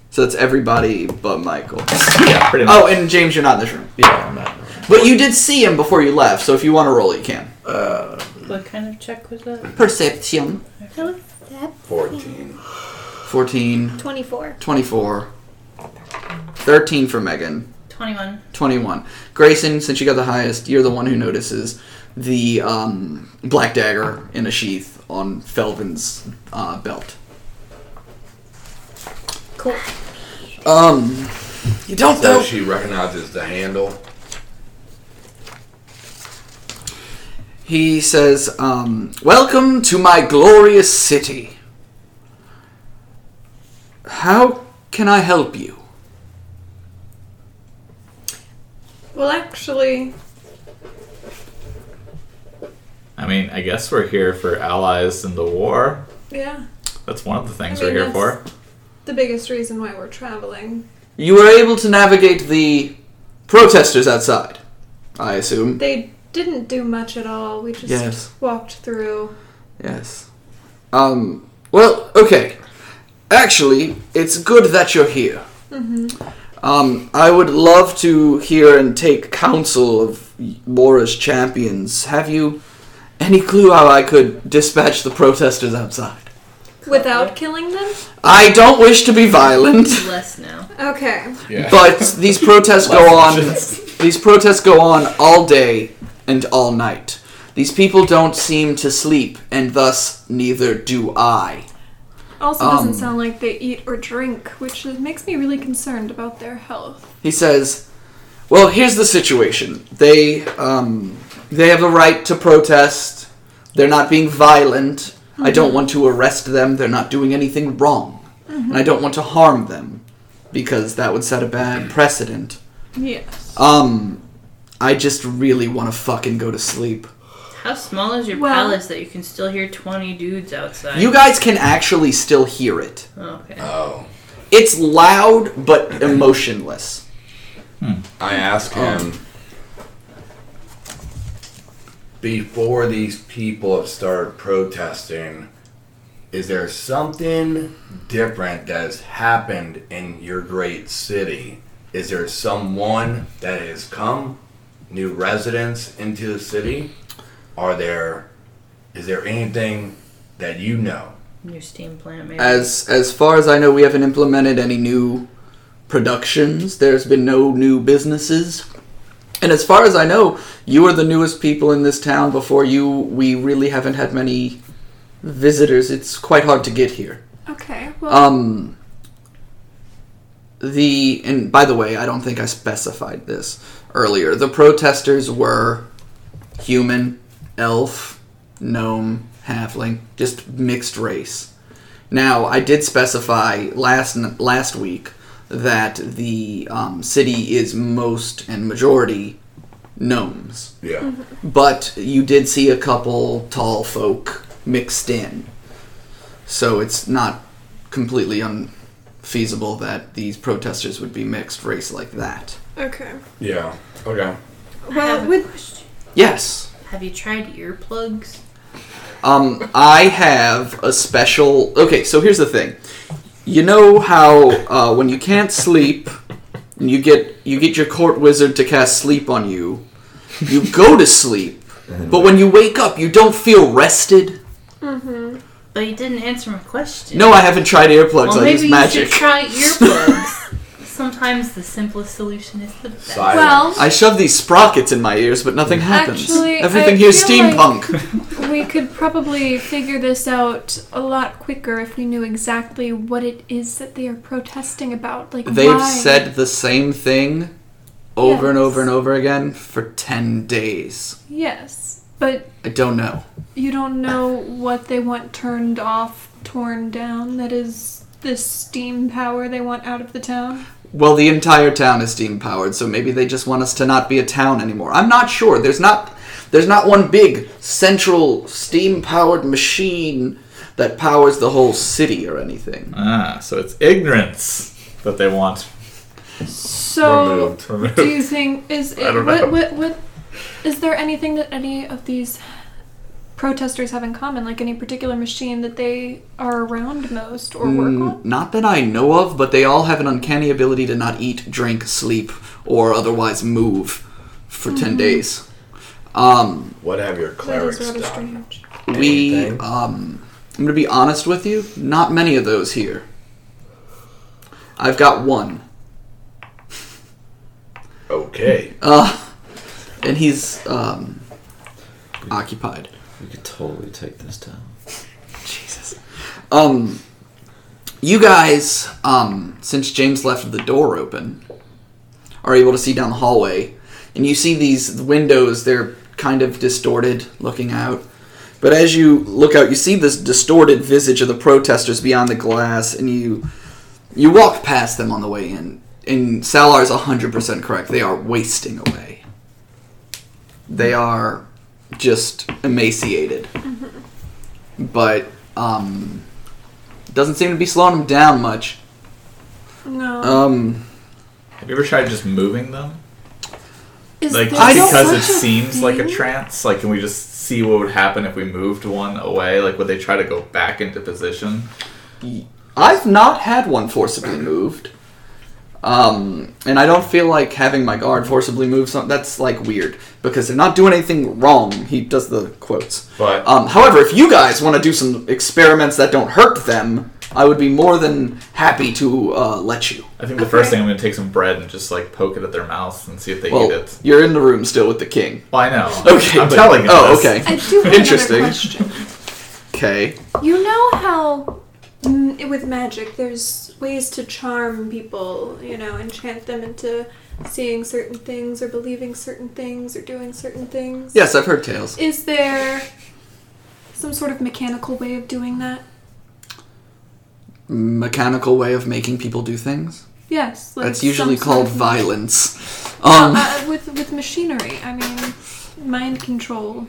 S1: So it's everybody but Michael.
S8: Yeah, pretty much.
S1: Oh, and James, you're not in this room,
S8: Yeah, I'm not.
S1: but you did see him before you left. So if you want to roll, it, you can.
S8: Uh,
S4: What kind of check was that?
S1: Perception.
S7: Fourteen.
S1: Fourteen.
S9: 24.
S1: Twenty-four. Thirteen for Megan.
S4: 21.
S1: 21. Grayson, since you got the highest, you're the one who notices the um, black dagger in a sheath on Felvin's uh, belt.
S9: Cool.
S1: Um, you don't
S7: So
S1: know.
S7: she recognizes the handle.
S1: He says, um, Welcome to my glorious city. How can I help you?
S5: well actually
S3: I mean, I guess we're here for allies in the war.
S5: yeah.
S3: That's one of the things
S5: I mean,
S3: we're here
S5: that's-
S3: for.
S5: The biggest reason why we're traveling.
S1: You were able to navigate the protesters outside, I assume.
S5: They didn't do much at all. We just
S1: Yes.
S5: walked through.
S1: Yes. Um, well, okay. Actually, it's good that you're here. Um, I would love to hear and take counsel of y- war as champions. Have you any clue how I could dispatch the protesters outside?
S5: Without killing them?
S1: I don't wish to be violent,
S4: Less now.
S5: Okay.
S8: Yeah.
S1: but these protests go on. [laughs] These protests go on all day and all night. These people don't seem to sleep, and thus neither do I.
S5: Also
S1: Um.
S5: doesn't sound like they eat or drink, which makes me really concerned about their health.
S1: He says, "Well, here's the situation. They um, they have a right to protest. They're not being violent. I don't want to arrest them. They're not doing anything wrong, and I don't want to harm them because that would set a bad precedent.
S5: Yes.
S1: Um, I just really want to fucking go to sleep.
S4: How small is your
S5: Well-
S4: palace that you can still hear 20 dudes outside?
S1: You guys can actually still hear it.
S4: okay.
S7: Oh.
S1: It's loud but emotionless.
S7: I ask him before these people have started protesting, is there something different that has happened in your great city? Is there someone that has come, new residents into the city? Are there is there anything that you know?
S4: Your steam plant, maybe.
S1: As as far as I know, we haven't implemented any new productions. There's been no new businesses. And as far as I know, you are the newest people in this town. Before you, we really haven't had many visitors. It's quite hard to get here.
S5: Okay. Well,
S1: Um the and by the way, I don't think I specified this earlier. The protesters were human, elf, gnome, halfling, just mixed race. Now, I did specify last n- last week that the um, city is most and majority gnomes,
S7: Yeah.
S1: but you did see a couple tall folk mixed in. So it's not completely unfeasible that these protesters would be mixed race like that.
S5: okay.
S7: Yeah. Okay.
S4: I have
S5: Well,
S4: a
S5: with
S4: question.
S1: Yes.
S4: Have you tried earplugs?
S1: Um, I have a special. Okay, so here's the thing. You know how uh, when you can't sleep, and you get you get your court wizard to cast sleep on you. You go to sleep, but when you wake up, you don't feel rested.
S4: But you didn't answer my question.
S1: No, I haven't tried earplugs.
S4: Well,
S1: I
S4: maybe
S1: use
S4: you
S1: magic.
S4: should try earplugs. Sometimes the simplest solution is the best.
S7: Silence.
S5: well,
S1: I shove these sprockets in my ears, but nothing happens.
S5: Mm. Actually,
S1: Everything
S5: I
S1: here's
S5: feel like-
S1: steampunk.
S5: [laughs] we could probably figure this out a lot quicker if we knew exactly what it is that they are protesting about. Like
S1: They've
S5: why.
S1: said the same thing over and
S5: Yes.
S1: over and over again for 10 days.
S5: yes, but
S1: I don't know.
S5: you don't know what they want turned off, torn down. That is this steam power they want out of the town.
S1: Well, the entire town is steam powered, so maybe they just want us to not be a town anymore. I'm not sure. There's not there's not one big central steam powered machine that powers the whole city or anything.
S3: Ah, so it's ignorance that they want.
S5: So.
S7: Removed.
S5: Do you think is it,
S3: [laughs] I don't know.
S5: what, what what is there anything that any of these protesters have in common? Like any particular machine that they are around most or work
S3: Hmm.
S1: Mm,
S5: on?
S1: Not that I know of, but they all have an uncanny ability to not eat, drink, sleep, or otherwise move for
S5: Mm-hmm.
S1: 10 days. Um,
S7: What have your
S5: That
S7: clerics
S5: is rather
S7: done?
S5: strange.
S1: We,
S2: Anything?
S1: um, I'm gonna be honest with you, not many of those here. I've got one,
S7: Okay.
S1: uh, and he's um, occupied.
S2: We could totally take this down.
S1: Jesus. Um, you guys, um, since James left the door open, are able to see down the hallway, and you see these windows. They're kind of distorted, looking out. But as you look out, you see this distorted visage of the protesters beyond the glass, and you you walk past them on the way in. And Salar is hundred percent correct. They are wasting away. They are just emaciated but um, doesn't seem to be slowing them down much.
S5: No.
S1: Um,
S3: Have you ever tried just moving them?
S5: is
S3: Like
S5: there
S3: just
S1: I don't
S3: because
S5: such
S3: it seems like a
S5: thing?
S3: trance, like can we just see what would happen if we moved one away? Like would they try to go back into position?
S1: I've not had one forcibly moved. Um, and I don't feel like having my guard forcibly move. Some that's like weird because they're not doing anything wrong. He does the quotes.
S7: But-
S1: um, however, if you guys want to do some experiments that don't hurt them, I would be more than happy to uh, let you.
S3: I think the first thing I'm going to take some bread and just like poke it at their mouth and see if they eat
S1: Well,
S3: it.
S1: you're in the room still with the king.
S3: Well, I know.
S1: [laughs] Okay,
S3: I'm
S1: but-
S3: telling you.
S1: Oh,
S3: this.
S1: okay,
S5: I do have
S1: Interesting.
S5: another question.
S1: okay.
S5: You know how mm, with magic there's ways to charm people, you know, enchant them into seeing certain things or believing certain things or doing certain things.
S1: Yes, I've heard tales.
S5: Is there some sort of mechanical way of doing that?
S1: Mechanical way of making people do things.
S5: Yes. Like
S1: That's usually
S5: some sort
S1: called
S5: of- [laughs]
S1: violence.
S5: Uh,
S1: Um,
S5: uh, with with machinery, I mean, mind control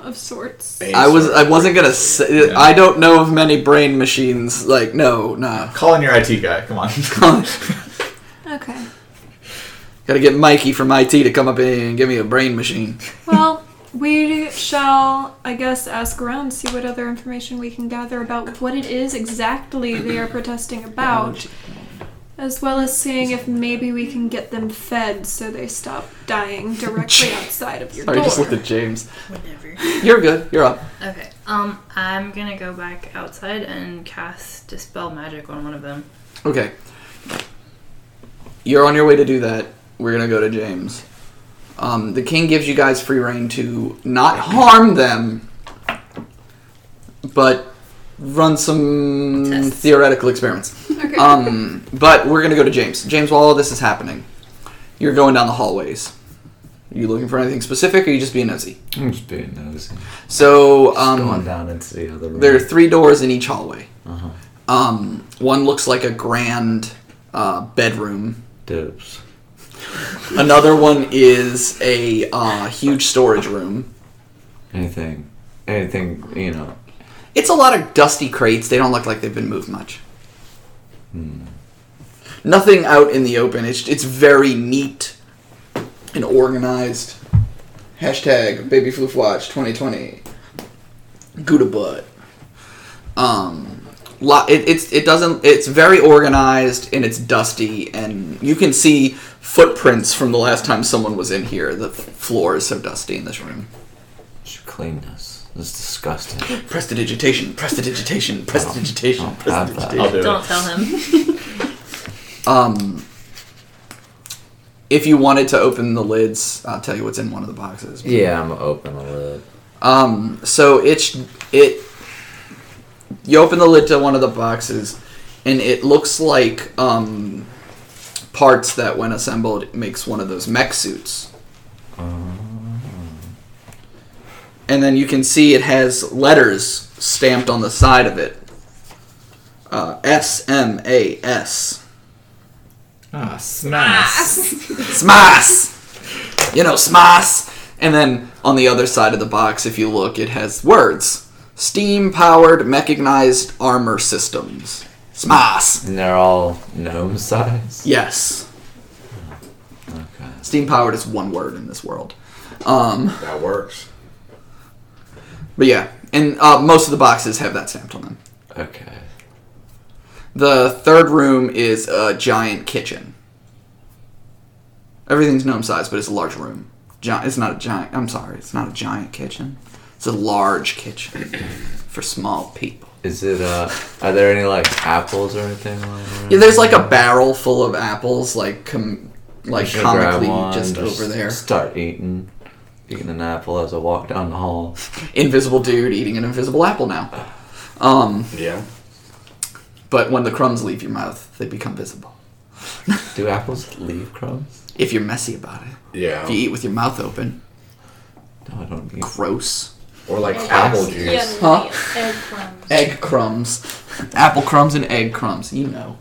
S5: of sorts.
S7: Bane
S1: I was
S7: sword.
S1: I wasn't gonna say
S3: Yeah.
S1: I don't know of many brain machines like no nah [laughs]
S3: Call in your IT guy. Come on.
S5: Okay.
S1: gotta get Mikey from IT to come up in and give me a brain machine
S5: Well, we shall, I guess, ask around, see what other information we can gather about what it is exactly they are protesting about, as well as seeing if maybe we can get them fed so they stop dying directly outside of your
S1: sorry
S5: door.
S1: just looked at James
S4: Whatever.
S1: you're good you're up
S4: Okay. Um, I'm gonna go back outside and cast dispel magic on one of them.
S1: okay you're on your way to do that we're gonna go to James um, the king gives you guys free reign to not harm them but run some
S4: Tests.
S1: theoretical experiments
S5: Okay.
S1: Um, but we're gonna go to James. James, while all this is happening, you're going down the hallways. you looking for anything specific, or you just being nosy?
S6: I'm just being nosy.
S1: So
S2: going
S1: um,
S2: down into the other room.
S1: there are three doors in each hallway.
S2: Uh-huh.
S1: Um, one looks like a grand uh, bedroom.
S2: Dibs.
S1: Another one is a uh, huge storage room.
S2: Anything. Anything, you know.
S1: It's a lot of dusty crates. They don't look like they've been moved much.
S2: Hmm.
S1: Nothing out in the open. It's it's very neat and organized. Hashtag Baby Floof Watch 2020. Gouda butt. Um, lot, it, it's it doesn't. It's very organized and it's dusty, and you can see footprints from the last time someone was in here. The f- floor is so dusty in this room.
S2: Should clean this. This
S1: [laughs]
S2: is disgusting.
S1: Prestidigitation, prestidigitation, prestidigitation,
S2: I don't have that.
S1: prestidigitation.
S3: I'll
S1: [laughs]
S3: do
S4: Don't
S3: it.
S4: tell him.
S1: Um, if you wanted to open the lids, I'll tell you what's in one of the boxes.
S2: Yeah, I'm gonna open the lid.
S1: Um, so it's it. You open the lid to one of the boxes, and it looks like um, parts that, when assembled, makes one of those mech suits. And then you can see it has letters stamped on the side of it. Uh, S M A S.
S3: Ah, smash.
S1: Smas! You know, Smas! And then on the other side of the box, if you look, it has words Steam powered mechanized armor systems. Smas!
S2: And they're all gnome size.
S1: Yes.
S2: Okay.
S1: Steam powered is one word in this world. Um,
S7: That works.
S1: but yeah, and uh, most of the boxes have that stamped on them.
S2: Okay.
S1: The third room is a giant kitchen. Everything's gnome size, but it's a large room. Gi- it's not a giant. I'm sorry, it's not a giant kitchen. It's a large kitchen [clears throat] for small people.
S2: Is it uh are there any like apples or anything lying around?
S1: Yeah, there's like a barrel full of apples, like com- like
S2: Should I grab
S1: comically
S2: one,
S1: just over there.
S2: Start eating. Eating an apple as I walk down the hall.
S1: Invisible dude eating an invisible apple now. Um,
S7: Yeah.
S1: but when the crumbs leave your mouth, they become visible.
S2: Do apples leave crumbs?
S1: If you're messy about it, if you
S7: Yeah.
S1: eat with your mouth open,
S2: No, I don't eat.
S1: gross.
S7: Or like apple juice. [laughs]
S1: Huh?
S4: Eggplums.
S1: egg crumbs, [laughs] apple crumbs, and egg crumbs. You know.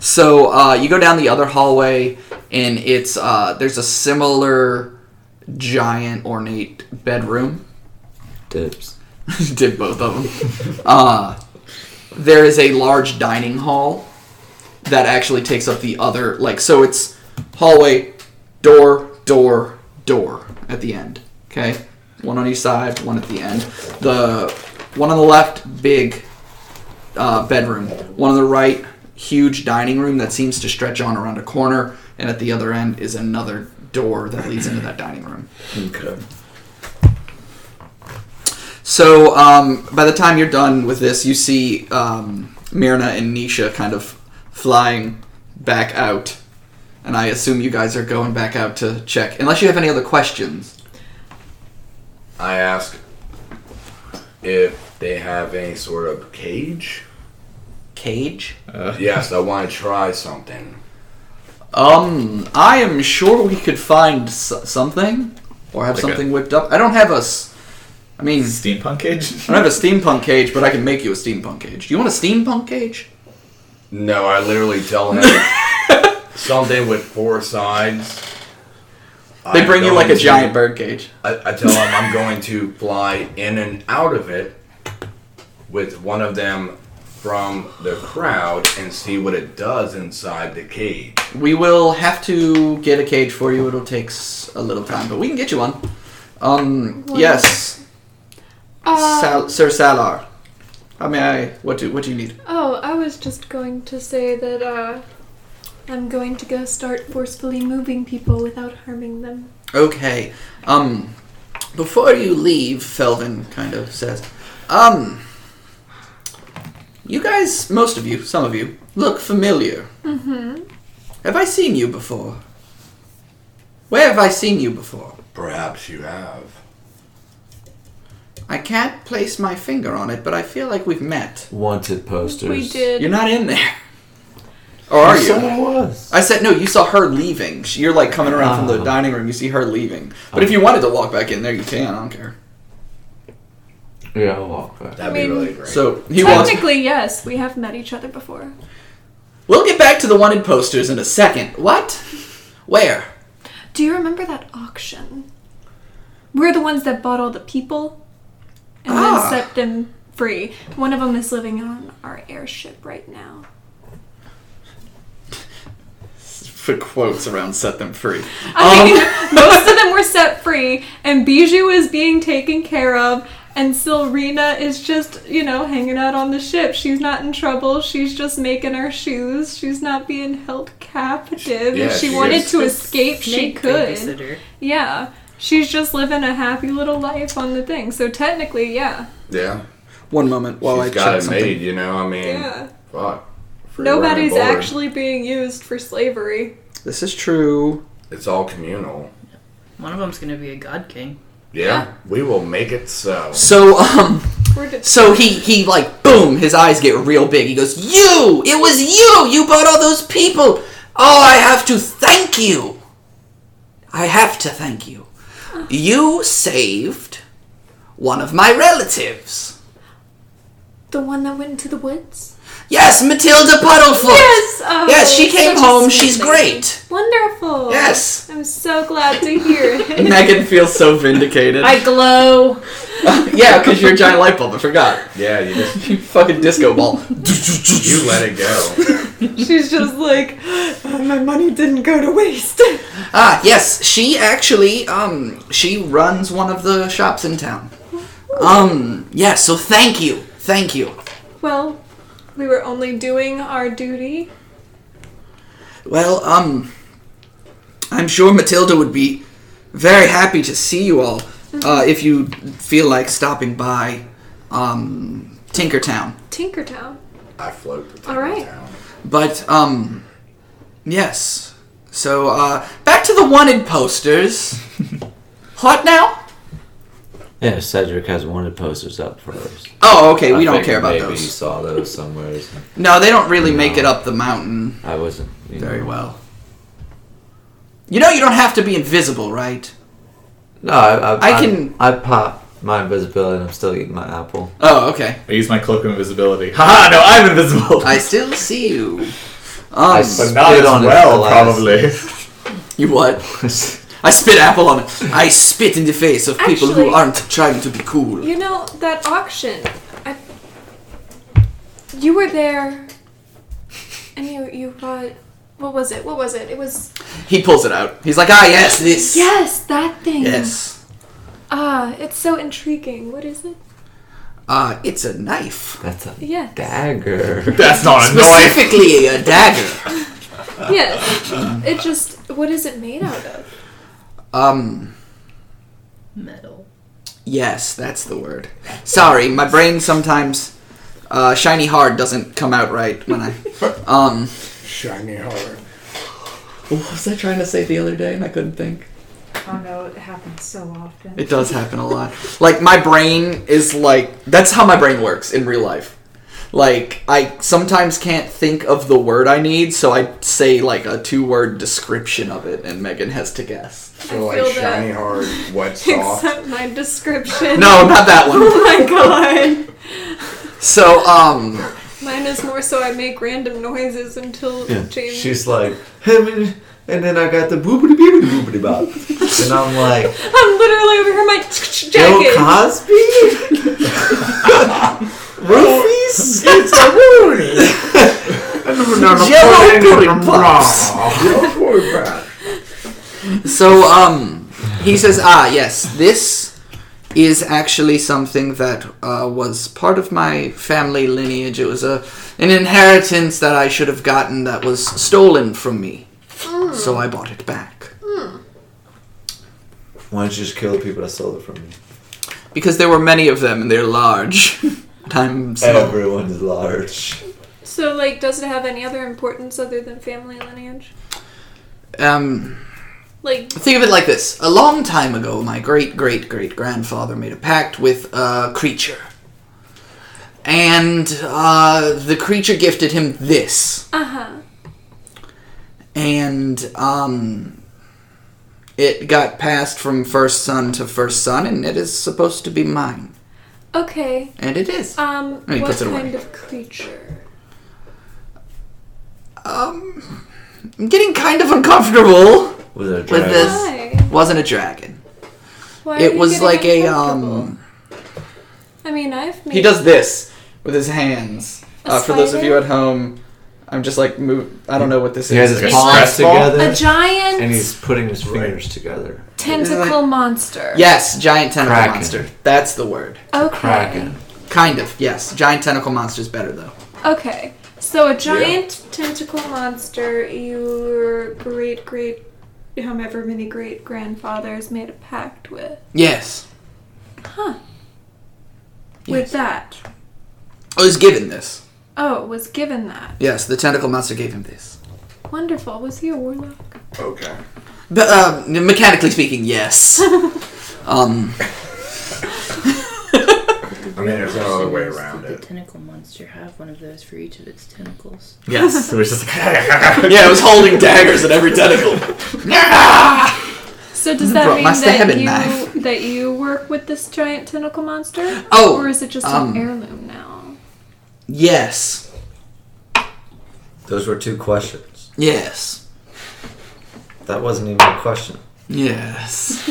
S1: So uh, you go down the other hallway, and it's uh, there's a similar giant ornate bedroom.
S2: Dips.
S1: [laughs] Did both of them. uh, there is a large dining hall that actually takes up the other like so it's hallway, door, door, door at the end. Okay, one on each side, one at the end. The one on the left, big uh, bedroom. One on the right, huge dining room that seems to stretch on around a corner, and at the other end is another door that leads into that dining room.
S2: Okay.
S1: So um, by the time you're done with this, you see um, Myrna and Nisha kind of flying back out, and I assume you guys are going back out to check. Unless you have any other questions.
S7: I ask if they have any sort of cage.
S1: Cage.
S5: Ah.
S3: Uh,
S1: [laughs]
S7: Yes, I want to try something.
S1: Um, I am sure we could find s- something, or have
S3: Like a-
S1: something whipped up. I don't have a. s- I mean, I
S3: Steampunk
S1: [laughs]
S3: cage?
S1: don't have a steampunk cage, but I can make you a steampunk cage. Do you want a steampunk cage?
S7: No, I literally tell him [laughs] something with four sides.
S1: They
S7: I'm
S1: bring you like a
S7: going to-
S1: giant bird cage.
S7: I, I tell him I'm going to fly in and out of it with one of them from the crowd and see what it does inside the cage.
S1: We will have to get a cage for you. It'll take s- a little time, but we can get you one. Um,
S5: What?
S1: yes,
S5: Uh,
S1: Sal- Sir Salar. How may I? What do What do you need?
S5: Oh, I was just going to say that uh, I'm going to go start forcefully moving people without harming them.
S1: Okay. Um, before you leave, Felvin kind of says, um, you guys, most of you, some of you, look familiar. Mm-hmm. Have I seen you before? Where have I seen you before?
S7: Perhaps you have.
S1: I can't place my finger on it, but I feel like we've met.
S2: Wanted posters.
S5: We did.
S1: You're not in there. Or Oh, are you?
S2: Someone was.
S1: I said no. You saw her leaving. She- You're like coming around from the
S2: Ah.
S1: dining room. You see her leaving. But if you wanted to walk back in there, you can. I don't care.
S2: Yeah, I'll walk back.
S7: That'd
S5: I
S7: be
S5: mean-
S7: really great.
S1: So he walks.
S5: Technically, yes, we have met each other before.
S1: We'll get back to the wanted posters in a second. What? Where?
S5: Do you remember that auction? We're the ones that bought all the people and
S1: Ah.
S5: then set them free. One of them is living on our airship right now.
S1: For quotes around set them free.
S7: Um.
S5: I think [laughs] most of them were set free, and Bijou is being taken care of, and Silrina is just, you know, hanging out on the ship. She's not in trouble. She's just making her shoes. She's not being held captive.
S7: Yeah,
S5: if she,
S7: she
S5: wanted
S7: is.
S5: to escape, she
S4: Snake
S5: could.
S4: babysitter.
S5: Yeah. She's just living a happy little life on the thing. So technically, yeah.
S7: yeah,
S1: One moment while
S7: she's
S1: I
S7: got
S1: check
S7: it
S1: something.
S7: made. You know, I mean,
S5: Yeah.
S7: fuck. Free
S5: Nobody's
S7: running board.
S5: actually being used for slavery.
S1: This is true.
S7: It's all communal.
S4: One of them's gonna be a god king.
S7: Yeah, we will make it so.
S1: So um,
S5: We're just
S1: so he he like boom, his eyes get real big. He goes, "You! It was you! You bought all those people! Oh, I have to thank you. I have to thank you. You saved one of my relatives."
S5: the one that went into the woods.
S1: Yes, Matilda Puddlefoot.
S5: Yes! Oh,
S1: yes, she came
S5: such a
S1: home.
S5: sweet
S1: She's
S5: lady.
S1: great.
S5: Wonderful.
S1: Yes.
S5: I'm so glad to hear it. [laughs]
S1: Megan feels so vindicated.
S4: I glow.
S1: yeah, because you're a giant light bulb. I forgot. [laughs]
S7: Yeah, you just
S1: You fucking disco ball.
S7: you let it go.
S5: She's just like, "Oh, my money didn't go to waste.
S1: Ah, yes, she actually um she runs one of the shops in town. Um, yeah. So thank you, thank you.
S5: Well, we were only doing our duty.
S1: Well, um, I'm sure Matilda would be very happy to see you all uh, if you feel like stopping by um, Tinkertown.
S5: Tinkertown.
S7: I float. the
S5: All right.
S7: town.
S1: But um yes. So uh back to the wanted
S2: [laughs]
S1: posters. what now?
S2: Yeah, Cedric has wanted posters up for us.
S1: Oh, okay,
S2: I
S1: we don't
S2: figured
S1: care about
S2: maybe you
S1: those.
S2: saw those somewhere.
S1: No, they don't really make it up the mountain
S2: I wasn't. You
S1: very
S2: know.
S1: well. You know you don't have to be invisible, right?
S2: No, I, I,
S1: I
S2: I
S1: can-
S2: can. I pop my invisibility and I'm still eating my apple. [laughs]
S1: Oh, okay.
S3: I use my cloak of invisibility. [laughs] Haha, no, I'm invisible.
S1: I still see you. Um,
S2: I
S3: [laughs]
S2: s-
S3: but not
S2: spit
S3: as
S2: on his
S3: well,
S2: glass.
S1: [laughs]
S3: probably.
S1: you what? I spit apple on it. I spit in the face of people who
S5: Actually-
S1: aren't trying to be cool.
S5: You know, that auction. I, you were there. And you, you bought. What was it? What was it? It was.
S1: He pulls it out. He's like, ah, yes, this.
S5: Yes, that thing.
S1: Yes.
S5: Ah, it's so intriguing. What is it?
S1: Uh, it's a knife.
S2: That's a
S5: Yes.
S2: dagger.
S8: That's not a knife.
S1: Specifically, a dagger.
S5: Yes. It just. What is it made out of?
S1: Um,
S4: Metal.
S1: yes, that's the word. Sorry, my brain sometimes uh, shiny hard doesn't come out right when I um.
S7: Shiny hard.
S1: [laughs] What was I trying to say the other day and I couldn't think?
S9: Oh no, it happens so often.
S1: It does happen a lot. Like my brain is like that's how my brain works in real life. Like I sometimes can't think of the word I need, so I say like a two-word description of it, and Megan has to
S9: [laughs]
S1: guess.
S7: So
S5: I
S7: like
S5: feel
S7: shiny hard,
S5: [laughs]
S7: wet soft.
S5: Except my description.
S1: No, not that one.
S5: Oh my god.
S1: So um
S5: Mine is more so I make random noises until James.
S2: She's like, and then I got the boobity boobity boobity bop. And
S1: [laughs]
S2: I'm like,
S5: I'm literally over here in my
S2: Bill
S5: jacket.
S2: Cosby? Roofies?
S7: It's a Rooney.
S1: Jello pudding pops. So um he says, ah yes, this is actually something that uh, was part of my family lineage. It was a an inheritance that I should have gotten that was stolen from me. So I bought it back
S2: Why don't you just kill the people that stole it from me?
S1: because there were many of them and they're large. [laughs] Times
S2: Everyone's large.
S5: So, like, does it have any other importance other than family lineage?
S1: um.
S5: Like,
S1: Think of it like this. A long time ago, my great great great grandfather made a pact with a creature. And uh, the creature gifted him this.
S5: uh huh.
S1: And um, it got passed from first son to first son, and it is supposed to be mine.
S5: Okay.
S1: And it is.
S5: Um,
S1: And he
S5: what
S1: puts it away.
S5: kind of creature?
S1: Um, I'm getting kind of uncomfortable.
S2: Was it a
S1: With
S2: dragon?
S1: this-
S5: Why?
S1: Wasn't a dragon.
S5: Why are
S1: It
S5: you
S1: was
S5: getting
S1: like a
S5: uncomfortable?
S1: um.
S5: I mean, I've made.
S1: He does this with his hands.
S5: A
S1: Uh, for those of
S5: spider?
S1: you at home, I'm just like move. I don't know what this
S2: He
S1: is.
S2: has his
S3: Like a
S2: palms
S3: stress ball?
S2: together,
S5: A giant
S2: and he's putting his fingers together.
S5: tentacle monster.
S1: Yes, giant tentacle
S2: Kraken.
S1: monster. That's the word.
S5: Okay.
S2: Kraken.
S1: Kind of. Yes, giant tentacle monster is better though.
S5: Okay. So a giant tentacle monster. Your great great, however many great grandfathers made a pact with.
S1: Yes,
S5: With that.
S1: I was given this.
S5: Oh, was given that.
S1: Yes, the tentacle monster gave him this.
S5: Wonderful. Was he a warlock?
S7: Okay.
S1: But uh, mechanically speaking,
S5: [laughs]
S1: yes. um,
S7: I mean, there's no other way around
S4: Did the
S7: it.
S4: tentacle monster have one of those for each of its tentacles?
S1: yes.
S3: [laughs] So we're just like, [laughs]
S1: yeah, it was holding daggers at every tentacle.
S5: So does that
S1: Bro,
S5: mean
S1: my
S5: that
S1: stabbing
S5: you
S1: knife.
S5: [laughs] that you work with this giant tentacle monster?
S1: Oh,
S5: or is it just
S1: um,
S5: an heirloom now?
S1: yes,
S2: Those were two questions.
S1: yes,
S2: That wasn't even a question.
S1: yes,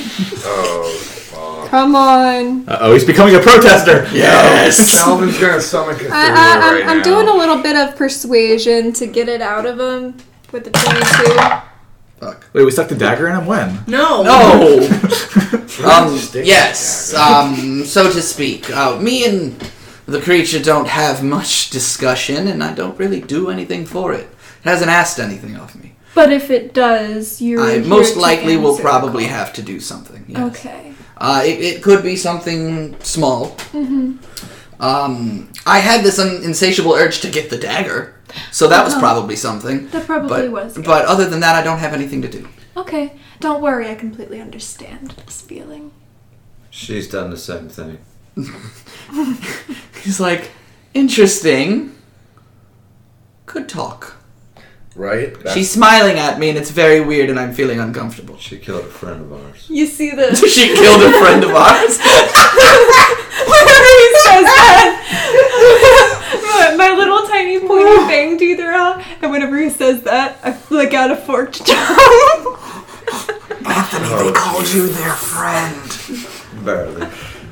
S7: Oh, fuck.
S5: Come on,
S3: uh oh, he's becoming a protester.
S1: yes.
S7: Calvin's gonna stomach it
S5: I, I, I'm, I'm doing a little bit of persuasion to get it out of him with the twenty-two.
S1: Fuck.
S3: Wait, we stuck the dagger in him when?
S4: No.
S1: [laughs]
S2: [laughs]
S1: No. Um, yes, um, so to speak. Uh, me and the creature don't have much discussion, and I don't really do anything for it. It hasn't asked anything of me.
S5: But if it does, you're
S1: I
S5: here
S1: most
S5: to
S1: likely will
S5: answer the
S1: probably
S5: call.
S1: have to do something. yes.
S5: Okay.
S1: Uh, it, it could be something small.
S5: Mm-hmm.
S1: Um, I had this un- insatiable urge to get the dagger, so that was probably something.
S5: Uh-huh. That probably
S1: But,
S5: was. it.
S1: but other than that, I don't have anything to do.
S5: okay, don't worry. I completely understand this feeling.
S2: She's done the same thing.
S1: He's like, interesting. Good talk.
S7: Right? That's-
S1: She's smiling at me, and it's very weird, and I'm feeling [laughs] uncomfortable.
S2: She killed a friend of ours.
S5: You see this?
S1: she killed a friend of ours.
S5: Whenever he says that, my, my little tiny pointy fang teeth are out, and whenever he says that, I flick out a forked tongue.
S1: they called you their friend.
S2: Barely.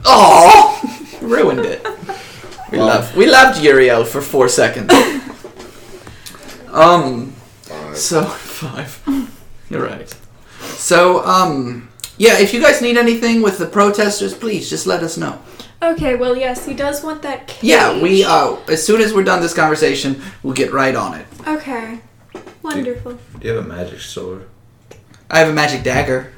S1: Oh, [laughs] ruined it. We loved we loved Uriel for four seconds. Um, so [laughs] five. You're right. So um, yeah. If you guys need anything with the protesters, please just let us know.
S5: Okay, well, yes, he does want that cage.
S1: Yeah, we uh, as soon as we're done this conversation, we'll get right on it.
S5: Okay. Wonderful.
S2: Do you have a magic sword?
S1: I have a magic dagger.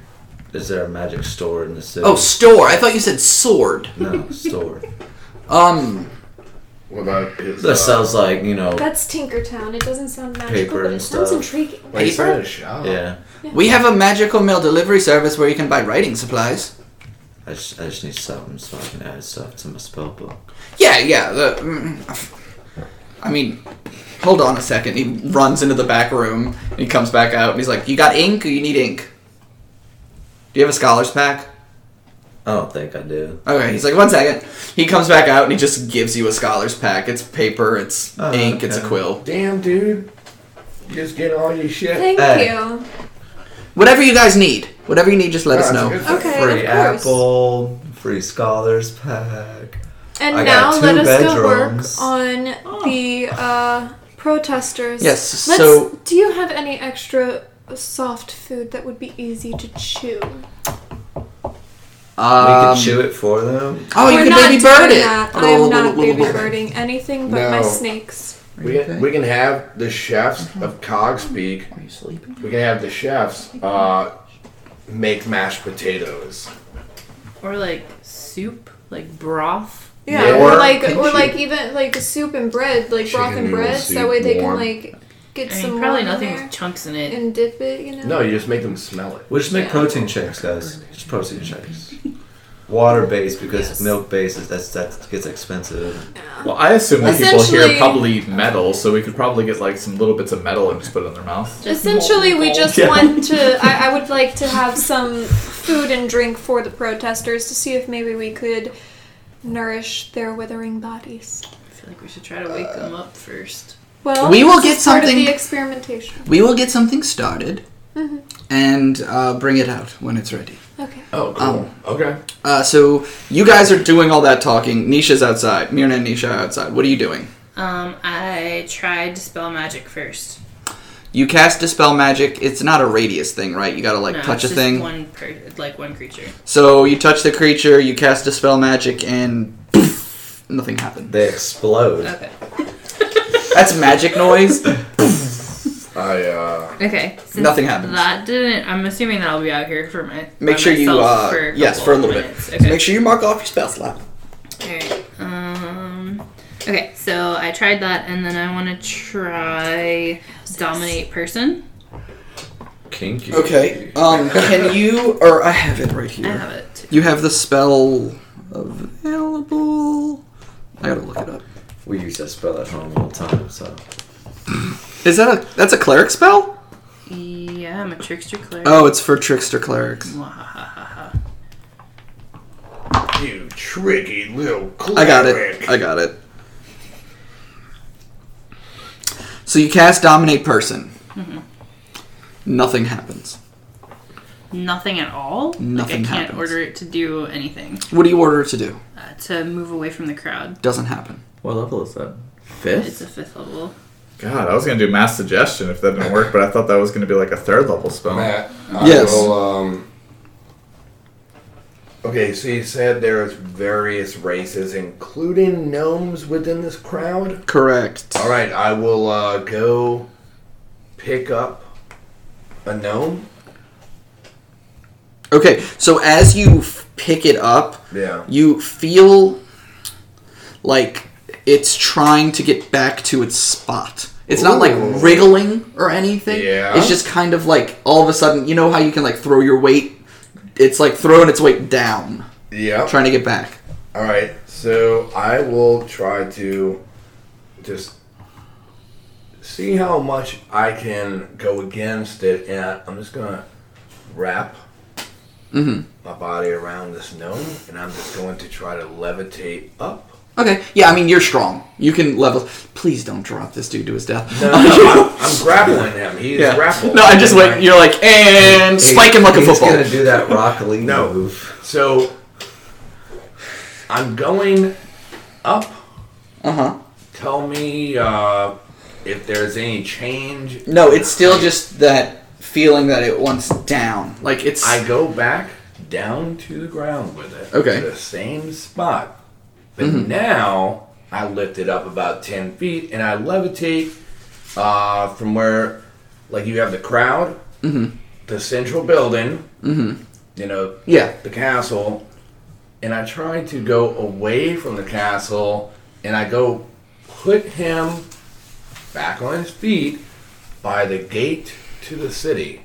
S2: Is there a magic store in the city?
S1: Oh, store. I thought you said sword.
S2: no, store.
S1: Um,
S7: What about his? uh,
S2: That sounds like you know.
S5: That's Tinkertown. It doesn't sound magical,
S2: Paper
S5: but
S2: and
S5: it sounds
S2: stuff.
S5: intriguing.
S7: Wait,
S1: paper?
S7: is that a shop?
S2: Yeah,
S1: we have a magical mail delivery service where you can buy writing supplies.
S2: I just, I just need something so I can add stuff to my spell book.
S1: Yeah, yeah. The, mm, I mean, hold on a second. He runs into the back room and he comes back out and he's like, "You got ink? Or you need ink? Do you have a scholars pack?"
S2: I don't think I do.
S1: Okay. He's like, "One second. He comes back out and he just gives you a scholars pack. It's paper. It's
S2: Oh,
S1: ink. It's a
S2: okay.
S1: quill.
S7: Damn, dude. You just get all your shit.
S5: Thank
S1: uh,
S2: Hey.
S5: you.
S1: Whatever you guys need. Whatever you need, just let us
S7: That's
S1: know."
S7: good.
S5: Okay,
S2: Free
S5: of course.
S2: apple, free scholars pack.
S5: And
S2: I got
S5: now
S2: two
S5: let us
S2: bedrooms.
S5: go work on the uh, protesters.
S1: Yes,
S5: Let's,
S1: so-
S5: do you have any extra soft food that would be easy to chew?
S2: we
S1: Um,
S2: can chew it for them.
S1: Oh, you
S5: We're
S1: can
S5: not
S1: baby
S5: doing
S1: bird it.
S5: That. I am not baby birding anything but my
S7: No.
S5: snakes.
S7: We can, we can have the chefs of Cog speak.
S1: Are you sleeping?
S7: We can have the chefs uh, make mashed potatoes.
S4: Or like soup, like broth.
S5: Yeah,
S7: Yeah.
S5: or,
S7: Or
S5: like
S7: could
S5: or
S7: you-
S5: like even like soup and bread, like broth
S7: Chicken
S5: and
S7: noodle
S5: bread. So that
S7: soup,
S5: way they
S7: warm.
S5: can like get
S4: I mean,
S5: some
S4: probably
S5: more in
S4: nothing
S5: there
S4: with chunks in it.
S5: and dip it. You know.
S7: No, you just make them smell it.
S2: We'll just make
S5: Yeah.
S2: protein shakes, guys. Just protein shakes. Water based because
S5: Yes.
S2: milk based is that's that gets expensive.
S3: Well, I assume that people here
S5: Essentially-
S3: probably eat metal, so we could probably get like some little bits of metal and just put it in their mouth.
S4: Just
S5: Essentially, we just
S3: Yeah.
S5: want to. I, I would like to have some food and drink for the protesters to see if maybe we could nourish their withering bodies.
S4: I feel like we should try to wake them up first.
S5: Well,
S1: We will
S5: this
S1: get
S5: is part of
S1: something-
S5: the experimentation.
S1: We will get something started and uh, bring it out when it's ready.
S5: Okay.
S7: Oh, cool. okay.
S1: Uh, so you guys are doing all that talking. Nisha's outside. Mirna and Nisha are outside. What are you doing?
S4: Um, I tried to spell magic first.
S1: You cast dispel magic. It's not a radius thing, right? You gotta like
S4: No,
S1: touch a
S4: it's just
S1: thing.
S4: One per, like one creature.
S1: So you touch the creature. You cast dispel magic, and poof, nothing happened.
S2: They explode.
S4: Okay.
S1: [laughs]
S4: [laughs]
S1: That's magic noise. [laughs]
S7: I uh,
S4: Okay. Since
S1: Nothing happens.
S4: That didn't. I'm assuming that I'll be out here for my. by
S1: Make sure you
S4: myself
S1: uh,
S4: for a
S1: yes
S4: couple
S1: for a little
S4: minutes.
S1: bit.
S4: Okay.
S1: Make sure you mark off your spell slot.
S4: Alright. Um, okay, so I tried that, and then I want to try dominate person.
S2: Kinky.
S1: Okay. Um, can you or I have it right
S4: I
S1: here.
S4: have it. too.
S1: You have the spell available. I gotta look it up.
S2: We use that spell at home all the time, so
S1: Is that a that's a cleric spell?
S4: Yeah, I'm a trickster cleric.
S1: Oh, it's for trickster clerics.
S4: Mwahahaha.
S7: you tricky little cleric.
S1: I got it. I got it. So you cast dominate person.
S7: Mm-hmm.
S1: Nothing happens.
S4: Nothing at all. like I
S1: Nothing
S4: can't
S1: happens.
S4: order it to do anything.
S1: What do you order it to do?
S4: Uh, to move away from the crowd.
S1: Doesn't happen.
S3: What level is that?
S4: It's a fifth level.
S3: God, I was gonna do mass suggestion if that didn't work, but I thought that was gonna be like a third level spell.
S7: Matt, I
S1: Yes.
S7: will, um, okay, so you said there's various races, including gnomes within this crowd.
S1: Correct.
S7: All right, I will uh, go pick up a gnome.
S1: Okay, so as you f- pick it up,
S7: Yeah.
S1: you feel like it's trying to get back to its spot. It's not like
S7: Ooh.
S1: wriggling or anything.
S7: Yeah.
S1: It's just kind of like all of a sudden, you know how you can like throw your weight? It's like throwing its weight down,
S7: Yeah.
S1: trying to get back.
S7: All right, so I will try to just see how much I can go against it, and I'm just gonna wrap
S1: Mhm.
S7: my body around this gnome, and I'm just going to try to levitate
S1: [laughs]
S7: up.
S1: Okay. Yeah, I mean you're strong. You can level. Please don't drop this dude to his death.
S7: No, no, no, I'm, I'm grappling him.
S1: [laughs]
S7: He's
S1: yeah.
S7: grappled.
S1: No, I just wait. You're like and spike him like a
S2: He's
S1: football.
S2: gonna do that rock league
S7: No.
S2: move.
S7: So I'm going up.
S1: Uh huh.
S7: Tell me uh, if there's any change.
S1: No, it's still just that feeling that it wants down. Like it's.
S7: I go back down to the ground with it.
S1: Okay. Mm-hmm.
S7: To the same spot. But now I lift it up about ten feet and I levitate uh, from where, like, you have the crowd,
S1: Mm-hmm.
S7: the central building, you know,
S1: Yeah.
S7: the castle, and I try to go away from the castle, and I go put him back on his feet by the gate to the city,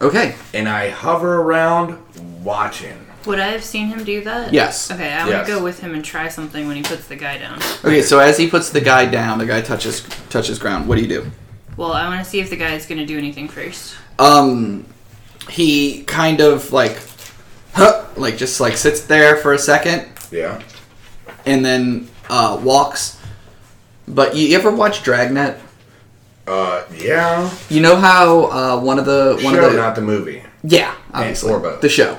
S1: Okay.
S7: and I hover around watching.
S4: Would I have seen him do that?
S1: Yes.
S4: Okay, I want
S7: Yes.
S4: to go with him and try something when he puts the guy down.
S1: Okay. So as he puts the guy down, the guy touches touches ground. What do you do?
S4: Well, I want to see if the guy is going to do anything first.
S1: Um, he kind of like, huh, like just like sits there for a second
S7: Yeah.
S1: and then uh, walks. But you, you ever watch Dragnet?
S7: Uh, yeah.
S1: You know how uh, one of the one
S7: Sure,
S1: of the
S7: not the movie.
S1: Yeah, obviously.
S7: or both.
S1: The show.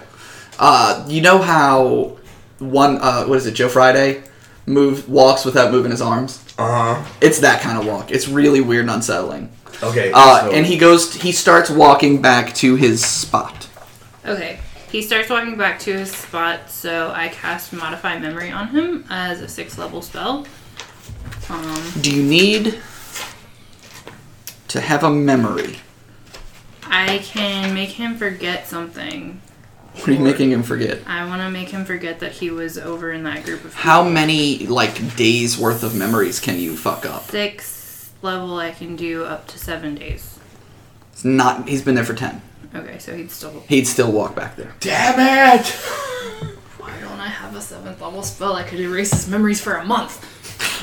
S1: Uh, you know how one uh, what is it? Joe Friday move walks without moving his arms.
S7: Uh huh.
S1: It's that kind of walk. It's really weird and unsettling.
S7: Okay.
S1: Uh,
S7: so-
S1: and he goes. He starts walking back to his spot.
S4: Okay, he starts walking back to his spot, so I cast Modify Memory on him as a six level spell. Um,
S1: Do you need to have a memory?
S4: I can make him forget something.
S1: What are you making him forget?
S4: I want to make him forget that he was over in that group of
S1: How
S4: people.
S1: many like days worth of memories can you fuck up?
S4: Six level I can do up to seven days.
S1: It's not. He's been there for ten.
S4: Okay, so he'd still.
S1: He'd still walk back there.
S7: Damn it!
S4: Why don't I have a seventh level spell that could erase his memories for a month?
S1: [laughs]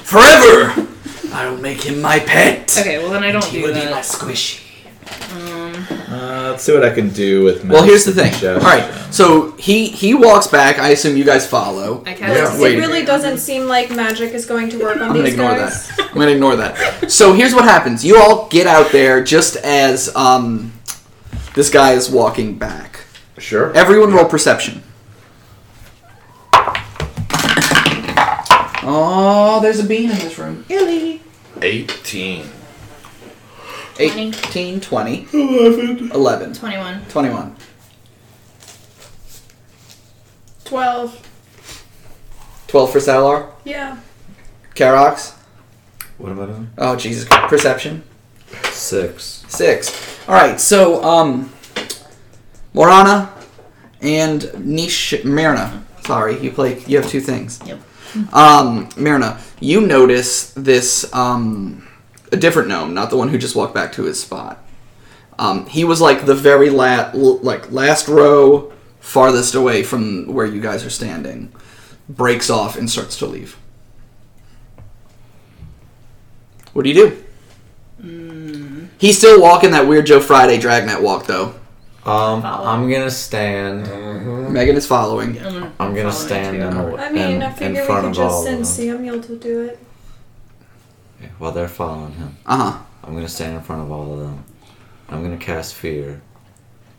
S1: Forever. I will make him my pet.
S4: Okay, well then I don't do that.
S1: squishy.
S3: Uh, let's see what I can do with.
S1: Well, here's the thing.
S3: medicine
S1: All
S3: check.
S1: right, so he he walks back. I assume you guys follow.
S4: I
S7: Yeah,
S4: cast.
S7: It
S5: It
S1: wait.
S5: really doesn't seem like magic is going to work on
S1: I'm gonna
S5: these
S1: ignore
S5: guys.
S1: that. I'm gonna ignore that. So here's what happens. You all get out there just as um, this guy is walking back.
S7: Sure.
S1: Everyone roll perception. Oh, there's a bean in this room.
S7: 18.
S1: 18, 20. 11. 11.
S4: 21.
S1: 21.
S5: Twelve.
S1: 12 for Salar.
S5: Yeah.
S1: Karox.
S2: What about him?
S1: Oh, Jesus. Perception.
S2: Six.
S1: Six. All right. So, um, Morana and Nish Mirna. Sorry, you play. You have two things. Yep. Um, Mirna, you notice this um, a different gnome, not the one who just walked back to his spot. Um, he was like the very last, like last row, farthest away from where you guys are standing. Breaks off and starts to leave. What do you do? He's still walking that weird Joe Friday dragnet walk though.
S2: Um,
S4: Follow.
S2: I'm gonna stand.
S1: Megan is following.
S4: I'm gonna,
S2: I'm
S4: follow
S2: gonna
S4: it
S2: stand
S4: too.
S2: in, the-
S5: I mean,
S2: in,
S5: I
S2: in
S5: figure we
S2: front
S5: could
S2: of
S5: just
S2: all
S5: send
S2: of them.
S5: Samuel to do it.
S2: While they're following him,
S1: Uh huh.
S2: I'm gonna stand in front of all of them. I'm gonna cast fear,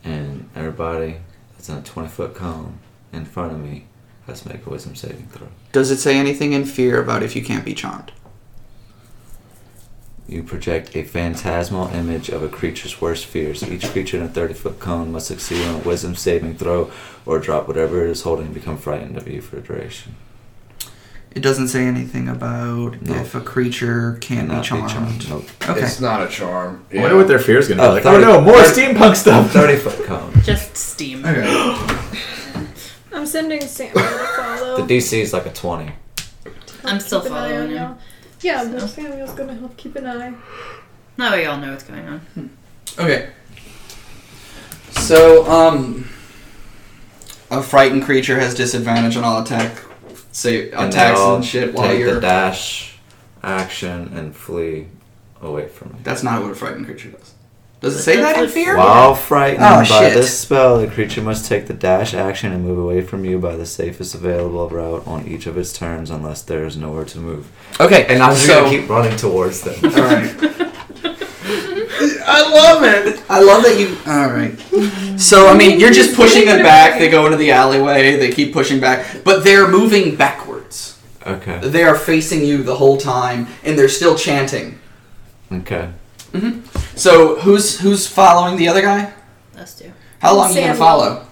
S2: and everybody that's in a 20 foot cone in front of me has to make a wisdom saving throw.
S1: Does it say anything in fear about if you can't be charmed?
S2: You project a phantasmal image of a creature's worst fears. Each creature in a 30 foot cone must succeed on a wisdom saving throw or drop whatever it is holding and become frightened of you for a duration.
S1: It doesn't say anything about
S2: No.
S1: if a creature can't
S2: Cannot
S1: be charmed. [laughs]
S2: Nope.
S1: Okay.
S7: It's not a charm.
S3: I wonder what their fear's gonna be
S2: Oh,
S3: like.
S2: thirty-
S3: oh no, more
S2: thirty-
S3: steampunk stuff.
S2: 30 foot cone.
S4: Just steam.
S1: Okay.
S5: I'm sending Samuel to follow.
S2: The DC is like a 20.
S4: I'm still
S5: Keep an eye
S4: following
S5: on
S4: him.
S5: y'all. Yeah, but Samuel's gonna help keep an eye.
S4: That way y'all know what's going on.
S1: Okay. So, um, a frightened creature has disadvantage on all attack, say attacks
S2: they all
S1: and shit while
S2: take
S1: you're.
S2: the dash action and flee away from me.
S1: That's not what a frightened creature does. Does it say that in fear?
S2: While frightened
S1: Oh,
S2: by
S1: shit.
S2: this spell, the creature must take the dash action and move away from you by the safest available route on each of its turns unless there is nowhere to move.
S1: Okay.
S2: And I'm just
S1: so,
S2: gonna keep running towards
S1: [laughs]
S2: them.
S1: All right. I love it. I love that you. All right. So I mean, you're just pushing them back. They go into the alleyway. They keep pushing back, but they're moving backwards.
S2: okay.
S1: They are facing you the whole time, and they're still chanting. Mm-hmm.
S2: Okay.
S1: So who's who's following the other guy?
S4: Us two.
S1: How long are you gonna
S5: Samuel.
S1: follow?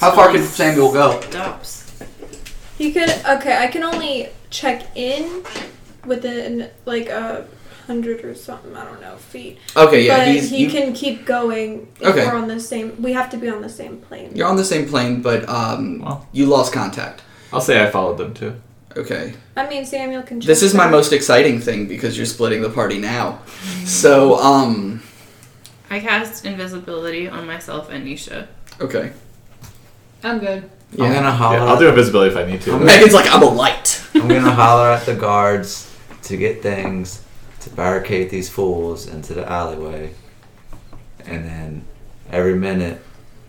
S1: How far can Samuel go?
S4: Stops.
S5: He could. Okay, I can only check in within like a hundred or something. I don't know feet.
S1: Okay, yeah,
S5: but
S1: he's,
S5: he
S1: you-
S5: can keep going if
S1: Okay.
S5: we're on the same. We have to be on the same plane.
S1: you're on the same plane, but um,
S3: Well.
S1: you lost contact.
S3: [laughs] I'll say I followed them too.
S1: Okay,
S5: I mean, Samuel can. Check
S1: this is my
S5: back.
S1: most exciting thing because you're splitting the party now.
S5: Mm-hmm.
S1: So um,
S4: I cast invisibility on myself and Nisha.
S1: okay.
S4: I'm good.
S2: I'm gonna
S1: Uh,
S2: holler.
S3: Yeah, I'll do invisibility if I need to.
S1: Megan's like, I'm a light.
S2: I'm gonna holler at the guards to get things to barricade these fools into the alleyway, and then every minute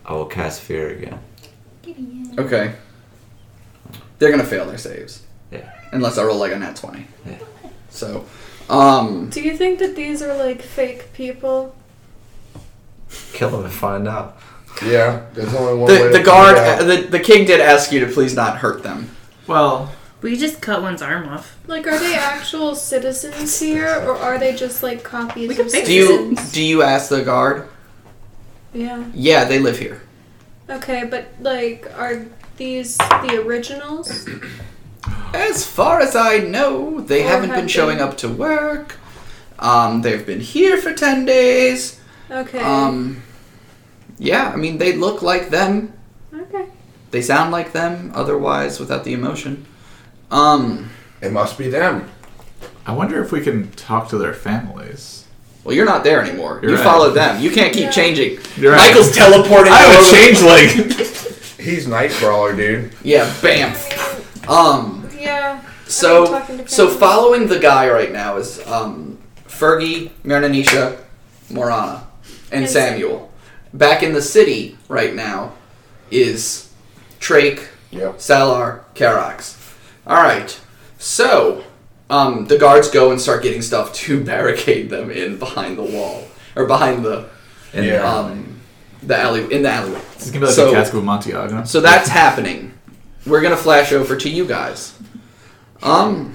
S2: I will cast fear again.
S1: Okay. They're gonna fail their saves.
S2: Yeah.
S1: Unless I roll like a nat twenty.
S2: Yeah.
S1: So, um,
S5: Do you think that these are like fake people?
S2: Kill them and find out.
S7: Yeah, there's only one
S1: the,
S7: way
S1: the
S7: to
S1: guard, uh,
S7: find out.
S1: the, the king did ask you to please not hurt them.
S3: Well,
S4: We just cut one's arm off.
S5: Like, are they actual citizens here, or are they just like copies
S4: We can
S5: of
S4: fix
S1: Do you
S5: [laughs] citizens?
S1: do you ask the guard?
S5: Yeah.
S1: Yeah, they live here.
S5: Okay, but like, are these the originals?
S1: As far as I know, they
S5: Or
S1: haven't
S5: have
S1: been showing
S5: they?
S1: up to work. Um, they've been here for ten days.
S5: Okay.
S1: Um, yeah, I mean they look like them.
S5: okay.
S1: They sound like them. Otherwise, without the emotion. Um,
S7: It must be them.
S3: I wonder if we can talk to their families.
S1: well, you're not there anymore.
S3: You're
S1: you
S3: right. [laughs]
S1: followed them. You can't keep
S5: Yeah.
S1: changing.
S3: You're right.
S1: Michael's teleporting.
S3: I'm a
S1: over- [laughs]
S3: changeling.
S7: He's Nightcrawler, dude.
S1: Yeah, bam.
S5: I
S1: Um.
S5: mean, yeah.
S1: So,
S5: talking to
S1: so
S5: Kevin.
S1: following the guy right now is um, Fergie, Marnanisha, Morana, and,
S5: And
S1: Samuel. Back in the city right now is Trake,
S7: Yep.
S1: Salar, Karax. All right. So, um, the guards go and start getting stuff to [laughs] barricade them in behind the wall or behind the
S2: And uh,
S7: Yeah.
S1: um, the alley in the alleyway.
S3: It's gonna be like
S1: So-
S3: a cask of Montiago.
S1: So that's happening. We're gonna flash over to you guys. Um,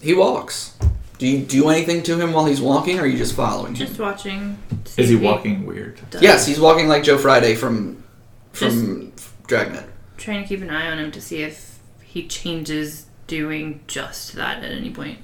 S1: he walks. Do you do anything to him while he's walking, or are you just following him?
S4: Just watching. to see
S3: Is he
S4: if
S3: walking weird?
S4: does-
S1: Yes, he's walking like Joe Friday from from Dragnet.
S4: Trying to keep an eye on him to see if he changes doing just that at any point.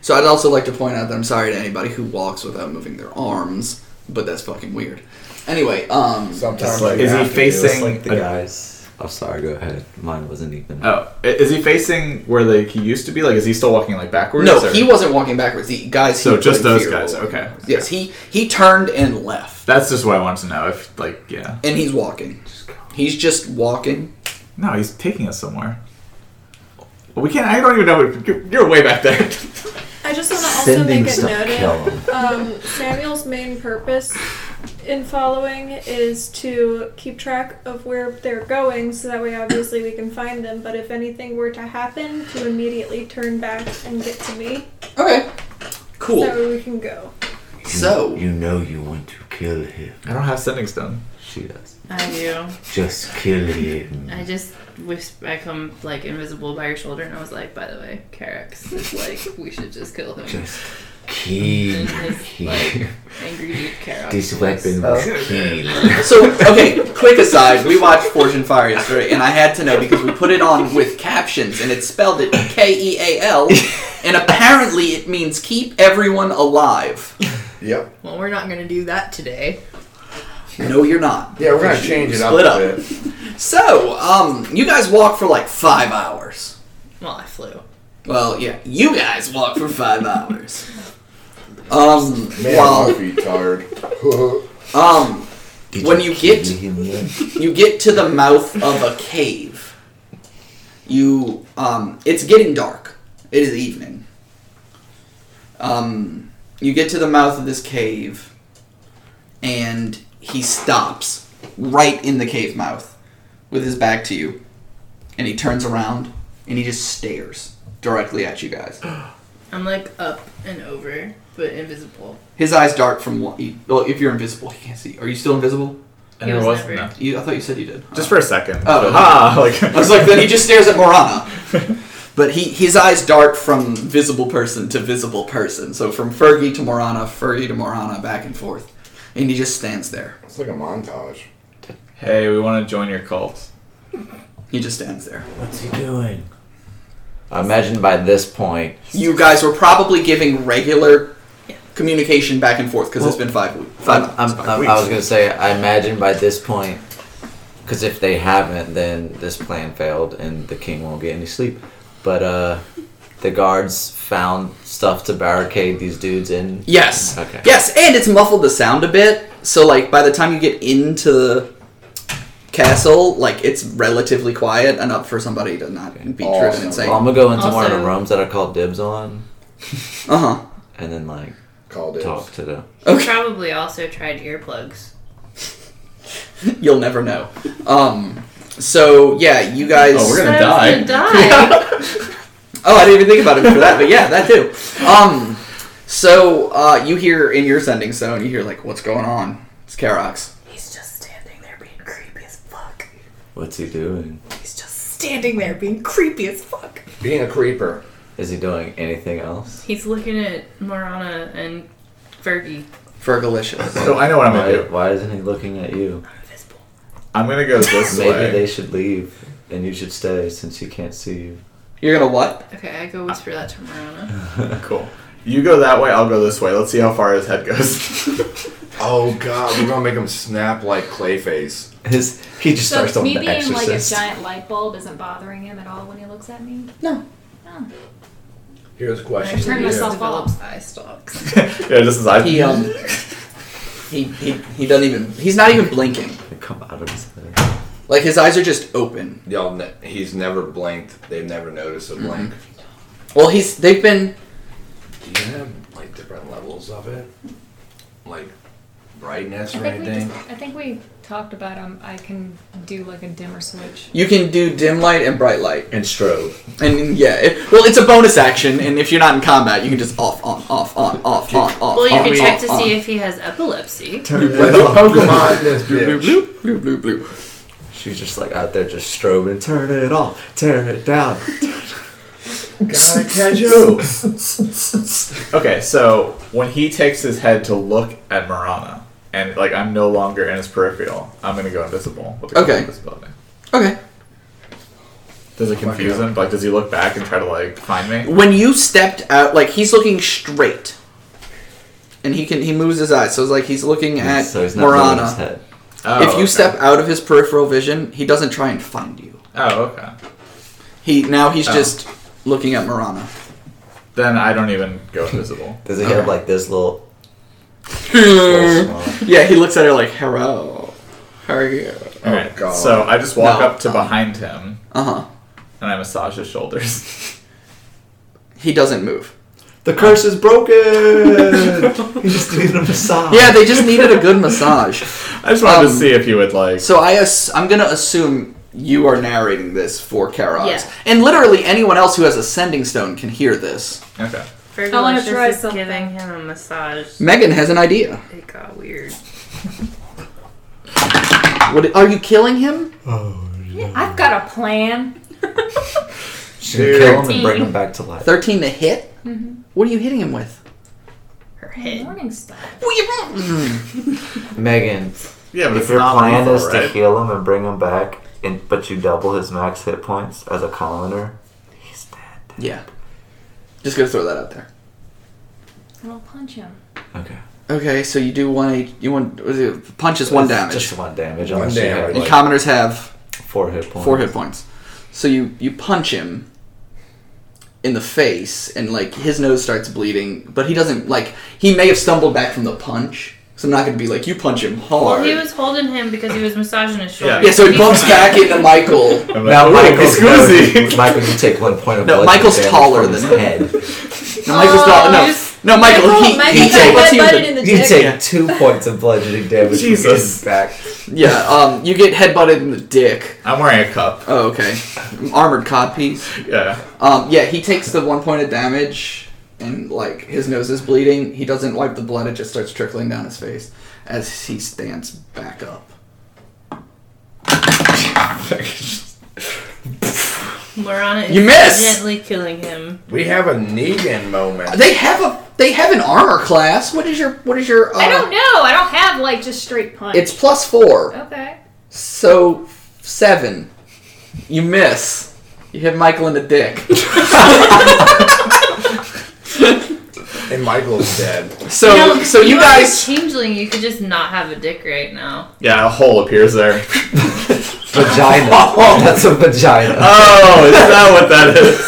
S1: So I'd also like to point out that I'm sorry to anybody who walks without moving their arms, but that's fucking weird. Anyway, um,
S7: Sometimes
S2: Just like-
S7: you
S3: Is he
S7: have to do
S3: facing-
S7: it.
S2: Just like the
S3: I-
S2: guys. I'm Oh, sorry. Go ahead. Mine wasn't even.
S3: Oh, i- is he facing where like he used to be? Like, is he still walking like backwards?
S1: no,
S3: or-
S1: he wasn't walking backwards. The guys. he
S3: So just
S1: put in
S3: those
S1: fear
S3: guys.
S1: were-
S3: Okay.
S1: Yes, he he turned and left,
S3: That's just what I wanted to know. If like, yeah.
S1: and he's walking. He's just walking.
S3: No, he's taking us somewhere. We can't. I don't even know. You're, you're way back there. [laughs]
S5: I just want to also
S2: Sending
S5: make it
S2: stuff kill
S5: noted.
S2: 'em.
S5: Um, Samuel's main purpose in following is to keep track of where they're going, so that way obviously we can find them. But if anything were to happen, to immediately turn back and get to me,
S1: Okay.
S5: so
S1: Cool.
S5: that way we can go.
S1: So-
S2: you know you want to kill him.
S3: I don't have sending stone.
S2: She does.
S4: I do.
S2: Just kill him.
S4: [laughs] I just whisk. I come like invisible by your shoulder, and I was like, by the way, Carax is like, we should just kill him.
S2: Just kill
S4: And his like angry dude Carax.
S2: This
S4: was-
S2: weapon
S3: Oh.
S4: [laughs]
S2: will kill.
S1: So, okay, quick aside. We watched Fortune Fire yesterday, and I had to know because we put it on with captions, and it spelled it K E A L, and apparently it means keep everyone alive.
S7: Yep.
S4: Well, we're not gonna do that today.
S1: No, you're not.
S7: Yeah, we're gonna change it up
S1: Split
S7: a
S1: up.
S7: bit.
S1: So, um, you guys walk for like five hours.
S4: Well, I flew.
S1: Well, yeah, you guys walk for five hours. Um,
S7: Man,
S1: while
S7: my feet tired.
S1: um,
S2: Did
S1: When you get-
S2: kill him yet?
S1: you get to the mouth of a cave. You um it's getting dark. It is evening. Um you get to the mouth of this cave and he stops right in the cave mouth with his back to you. And he turns around and he just stares directly at you guys.
S4: I'm like up and over, but invisible. He
S1: His eyes dart from one. Well, if you're invisible, he can't see. Are you still invisible?
S4: never-
S1: You, I thought you said you did.
S3: Just for a second.
S1: Oh.
S3: [laughs] ah, like
S1: [laughs] I was like, then he
S3: [laughs]
S1: just stares at Morana. But he, his eyes dart from visible person to visible person. So from Fergie to Morana, Fergie to Morana, back and forth. And he just stands there.
S7: It's like a montage.
S3: Hey, we want to join your cult.
S1: He just stands there.
S2: What's he doing? I imagine by this point,
S1: You guys were probably giving regular communication back and forth because it's been five weeks.
S2: I'm,
S1: Five,
S2: I'm,
S1: five
S2: I'm,
S1: weeks.
S2: I was gonna say, I imagine by this point, because if they haven't, then this plan failed and the king won't get any sleep. But uh, the guards found stuff to barricade these dudes in.
S1: Yes.
S2: Okay.
S1: Yes, and it's muffled the sound a bit. So like by the time you get into the castle, like it's relatively quiet enough for somebody to not be driven
S7: Awesome.
S1: insane.
S2: Well, I'm gonna go into one of the
S4: Also-
S2: rooms that I call dibs on,
S1: Uh huh.
S2: and then like
S7: Called it.
S2: talk to the.
S1: Okay.
S4: Probably also tried earplugs.
S1: You'll never know. Um. So yeah, you guys.
S8: Oh, we're gonna
S4: Says
S8: die.
S4: to die.
S1: Oh, I didn't even think about it for that, but yeah, that too. Um, so uh, you hear in your sending zone, you hear like, "What's going on?" It's Karox.
S9: He's just standing there being creepy as fuck.
S2: What's he doing?
S9: He's just standing there being creepy as fuck.
S7: Being a creeper.
S2: Is he doing anything else?
S4: He's looking at Morana and Fergie.
S1: Fergalicious.
S3: So I know what I'm
S2: Why,
S3: gonna do.
S2: why isn't he looking at you?
S3: I'm gonna
S1: [laughs]
S3: go this
S2: Maybe
S3: way.
S2: they should leave, and you should stay since he can't see you. [laughs]
S1: You're gonna what?
S4: Okay, I go whisper that to Morana.
S3: Cool. You go that way. I'll go this way. Let's see how far his head goes. [laughs]
S7: Oh god, we're gonna make him snap like Clayface.
S2: His he just
S9: So
S2: starts on
S9: me
S2: the
S9: being like a
S2: Exorcist.
S9: giant light bulb isn't bothering him at all when he looks at me.
S7: Here's a
S4: I
S7: question.
S9: Turn
S7: for you.
S9: myself
S4: develops eye stalks.
S3: yeah, just as I.
S1: He um. He, he he doesn't even. He's not even blinking.
S2: They come out of his head.
S1: Like his eyes are just open.
S7: Y'all, ne- he's never blinked. They've never noticed a blink.
S1: Well, he's they've been.
S7: Do you have like different levels of it, like brightness
S9: I
S7: or
S9: think we
S7: anything?
S9: just, I think we talked about um I can do like a dimmer switch.
S1: You can do dim light and bright light,
S8: And strobe.
S1: and yeah. It, well, it's a bonus action, and if you're not in combat, you can just off on off on off on off.
S4: Well, you
S1: on,
S4: can check
S1: off,
S4: to
S1: on.
S4: see if he has epilepsy.
S7: [laughs] Pokemon this
S1: Blue,
S7: bitch.
S1: blue, blue, blue, blue.
S2: She's just like out there just strobing, turn it off, tear it [laughs] down.
S7: Gotta catch you.
S3: [laughs] Okay, so when he takes his head to look at Marana, and like I'm no longer in his peripheral, I'm gonna go invisible. With the
S1: Okay.
S3: Invisibility.
S1: Okay.
S3: Does it confuse him? Like, does he look back and try to like find me?
S1: when you stepped out like he's looking straight and he can he moves his eyes so it's like he's looking at
S2: so he's not moving his
S1: morana
S2: head.
S3: Oh,
S1: if you
S3: okay.
S1: step out of his peripheral vision he doesn't try and find you
S3: Oh, okay.
S1: he now he's
S3: Oh.
S1: just looking at morana
S3: Then I don't even go invisible.
S2: Does he have like this [laughs] little, little
S1: yeah
S2: small?
S1: he looks at her like hello how are you
S3: All right.
S7: God.
S3: So I just walk
S1: Oh, No.
S3: up to behind him
S1: uh-huh
S3: and I massage his shoulders. [laughs]
S1: he doesn't move
S2: The curse is [laughs] broken. you just need a massage.
S1: yeah they just needed a good massage
S3: I just wanted
S1: Um,
S3: to see if he would like.
S1: So I ass- I'm gonna assume you are narrating this for Karos.
S4: Yeah.
S1: And literally anyone else who has a sending stone can hear this.
S3: Okay.
S4: Fergalicious
S9: I wanna try
S4: is
S9: something.
S4: giving him a massage.
S1: Megan has an idea.
S4: It got weird.
S1: What are you killing him?
S9: I've got a plan.
S2: She's gonna kill him and bring him back to life.
S1: Thirteen to hit.
S4: Mm-hmm.
S1: What are you hitting him with?
S4: Her head.
S9: Morning star.
S1: Mm-hmm.
S2: Megan,
S3: Yeah, but
S2: if
S3: it's
S2: your
S3: not
S2: plan
S3: lethal,
S2: is to
S3: right?
S2: heal him and bring him back, and but you double his max hit points as a commoner, he's dead.
S1: Yeah. Just gonna throw that out there.
S9: And I'll punch him.
S2: Okay.
S1: Okay, so you do one. eight- You one was it- punch is Uh, one damage,
S2: Just one damage.
S7: One
S2: unless you have,
S7: damage.
S1: and
S2: like,
S1: commoners have
S2: four hit points.
S1: four hit points. So you you punch him in the face, and like his nose starts bleeding, but he doesn't like. He may have stumbled back from the punch, so I'm not gonna be like you punch him hard.
S4: Well, he was holding him because he was massaging his shoulder.
S1: yeah,
S4: [laughs]
S1: so he bumps back into Michael.
S3: I'm like, "Oh,
S2: Now,
S3: "Ooh,
S2: Michael's
S3: excuse me."
S2: Michael, you take one point of
S1: No,
S2: blood
S1: Michael's
S2: damage
S1: taller
S2: from his
S1: than him. [laughs]
S2: head.
S1: No, Michael's not. No,
S4: Yes.
S1: no, Michael. he,
S9: Michael
S1: he
S9: got
S1: takes-
S9: wet
S1: he was
S9: butted
S1: a-
S9: in the
S2: You
S9: dick.
S2: take two points of bludgeoning damage. from
S3: Jesus.
S2: his
S1: [laughs]
S2: back.
S1: yeah, um, you get headbutted in the dick.
S3: [laughs] I'm wearing a cup.
S1: Oh, okay. Armored codpiece.
S3: Yeah.
S1: Um, yeah, he takes the one point of damage, and like his nose is bleeding. He doesn't wipe the blood; it just starts trickling down his face as he stands back up.
S4: Morana is
S1: You missed!
S4: gently killing him.
S7: We have a Negan moment.
S1: They have a they have an armor class. What is your what is your? Uh,
S9: I don't know. I don't have like just straight punch.
S1: It's plus four,
S9: okay.
S1: so seven. You miss. You hit Michael in the
S9: [laughs]
S1: dick.
S7: And Michael's dead.
S1: So,
S4: No,
S1: so you
S4: are a
S1: guys.
S4: changeling, you could just not have a dick right now.
S3: Yeah, a hole appears there.
S2: Vagina.
S1: Oh.
S2: That's a vagina.
S1: Uh.
S3: Oh, is [laughs] that what that is?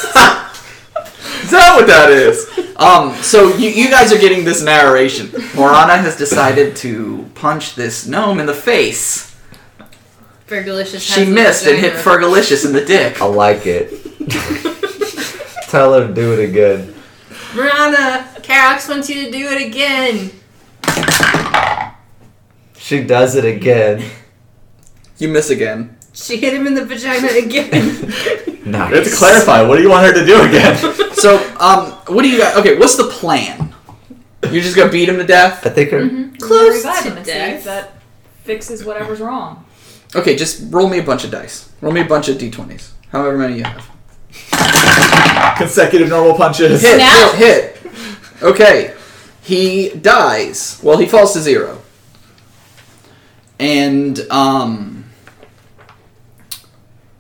S3: is that what that is?
S1: Um, so you, you guys are getting this narration. Morana has decided to punch this gnome in the face.
S4: Fergalicious.
S1: She
S4: has a
S1: missed and hit
S4: vagina.
S1: Fergalicious in the dick.
S3: Oh,
S2: I
S1: [laughs]
S2: like it. Tell her to do it again.
S4: Miranda, Carax wants you to do it again.
S2: She does it again.
S1: You miss again.
S4: She hit him in the vagina again.
S2: Nice.
S3: We have to clarify. What do you want her to do again? [laughs]
S1: So, um, what do you guys. Okay, what's the plan? You're just gonna beat him to death?
S2: I think her.
S1: Mm-hmm.
S4: Close
S9: Revived
S4: to
S9: him and see
S4: death.
S9: if that fixes whatever's wrong.
S1: Okay, just roll me a bunch of dice. Roll me a bunch of d20s. However many you have.
S3: Consecutive normal punches.
S1: Hit,
S4: Now-
S1: hit, hit. Okay. He dies. Well, he falls to zero. And, um.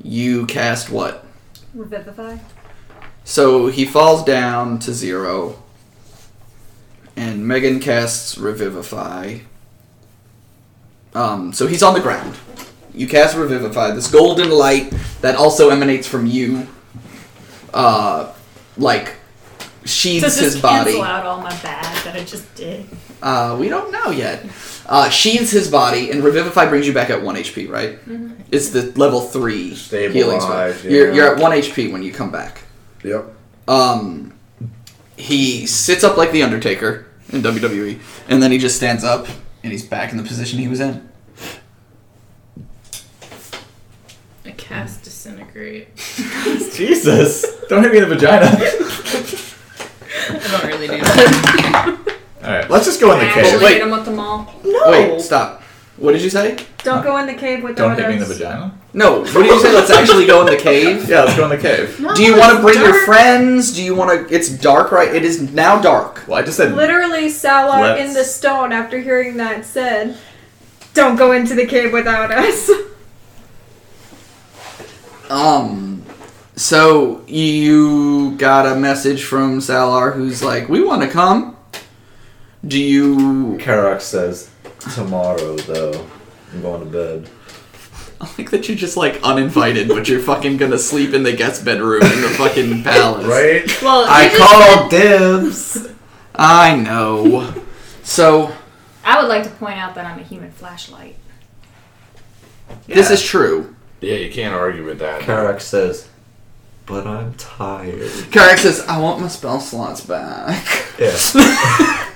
S1: You cast what?
S9: Revivify.
S1: So he falls down to zero. And Megan casts Revivify. Um, so he's on the ground. You cast Revivify, this golden light that also emanates from you. Uh, like, sheathes
S9: Does
S1: his
S9: this
S1: body.
S9: cancel out all my bad that I just did?
S1: Uh, we don't know yet. Uh, sheathes his body, and Revivify brings you back at 1 HP, right?
S4: Mm-hmm.
S1: It's the level 3 healing spell.
S7: Stabilize,
S1: You're,
S7: yeah.
S1: you're at 1 HP when you come back.
S7: Yep.
S1: Um, he sits up like The Undertaker in WWE, and then he just stands up, and he's back in the position he was in.
S4: [laughs] I cast disintegrate.
S3: Jesus. Don't hit me in the [laughs] vagina.
S4: I don't really do that.
S3: Alright, let's just go in the
S9: Actually,
S3: cave.
S1: wait.
S9: hit him with the maul.
S4: No.
S1: Wait, stop. What did you say?
S9: Don't go in the cave with
S3: Don't
S9: all
S3: hit me in the
S9: those-
S3: vagina.
S1: No, what did you say? Let's actually go in the cave?
S3: Yeah, let's go in the cave. [laughs]
S4: [laughs] No,
S1: Do you want to
S4: it's
S1: bring your
S4: dark.
S1: friends? Do you want to. It's dark, right? It is now dark.
S3: Well, I just said.
S5: Literally, Salah in the
S3: Let's-
S5: stone, after hearing that, said, Don't go into the cave without us. [laughs]
S1: Um, so you got a message from Salar who's like, "We want to come." Do you?
S2: Karak says, tomorrow though, I'm going to bed.
S1: I think that you're just like uninvited, but you're fucking gonna sleep in the guest bedroom in the fucking
S7: [laughs]
S1: palace,
S7: Right?
S4: Well,
S2: I
S4: you just-
S2: call dibs.
S1: I know. So
S9: I would like to point out that I'm a human flashlight.
S1: this is true.
S7: Yeah, you can't argue with that.
S2: Karak says, but I'm tired.
S1: Karak says, "I want my spell slots back."
S2: Yeah.
S1: [laughs]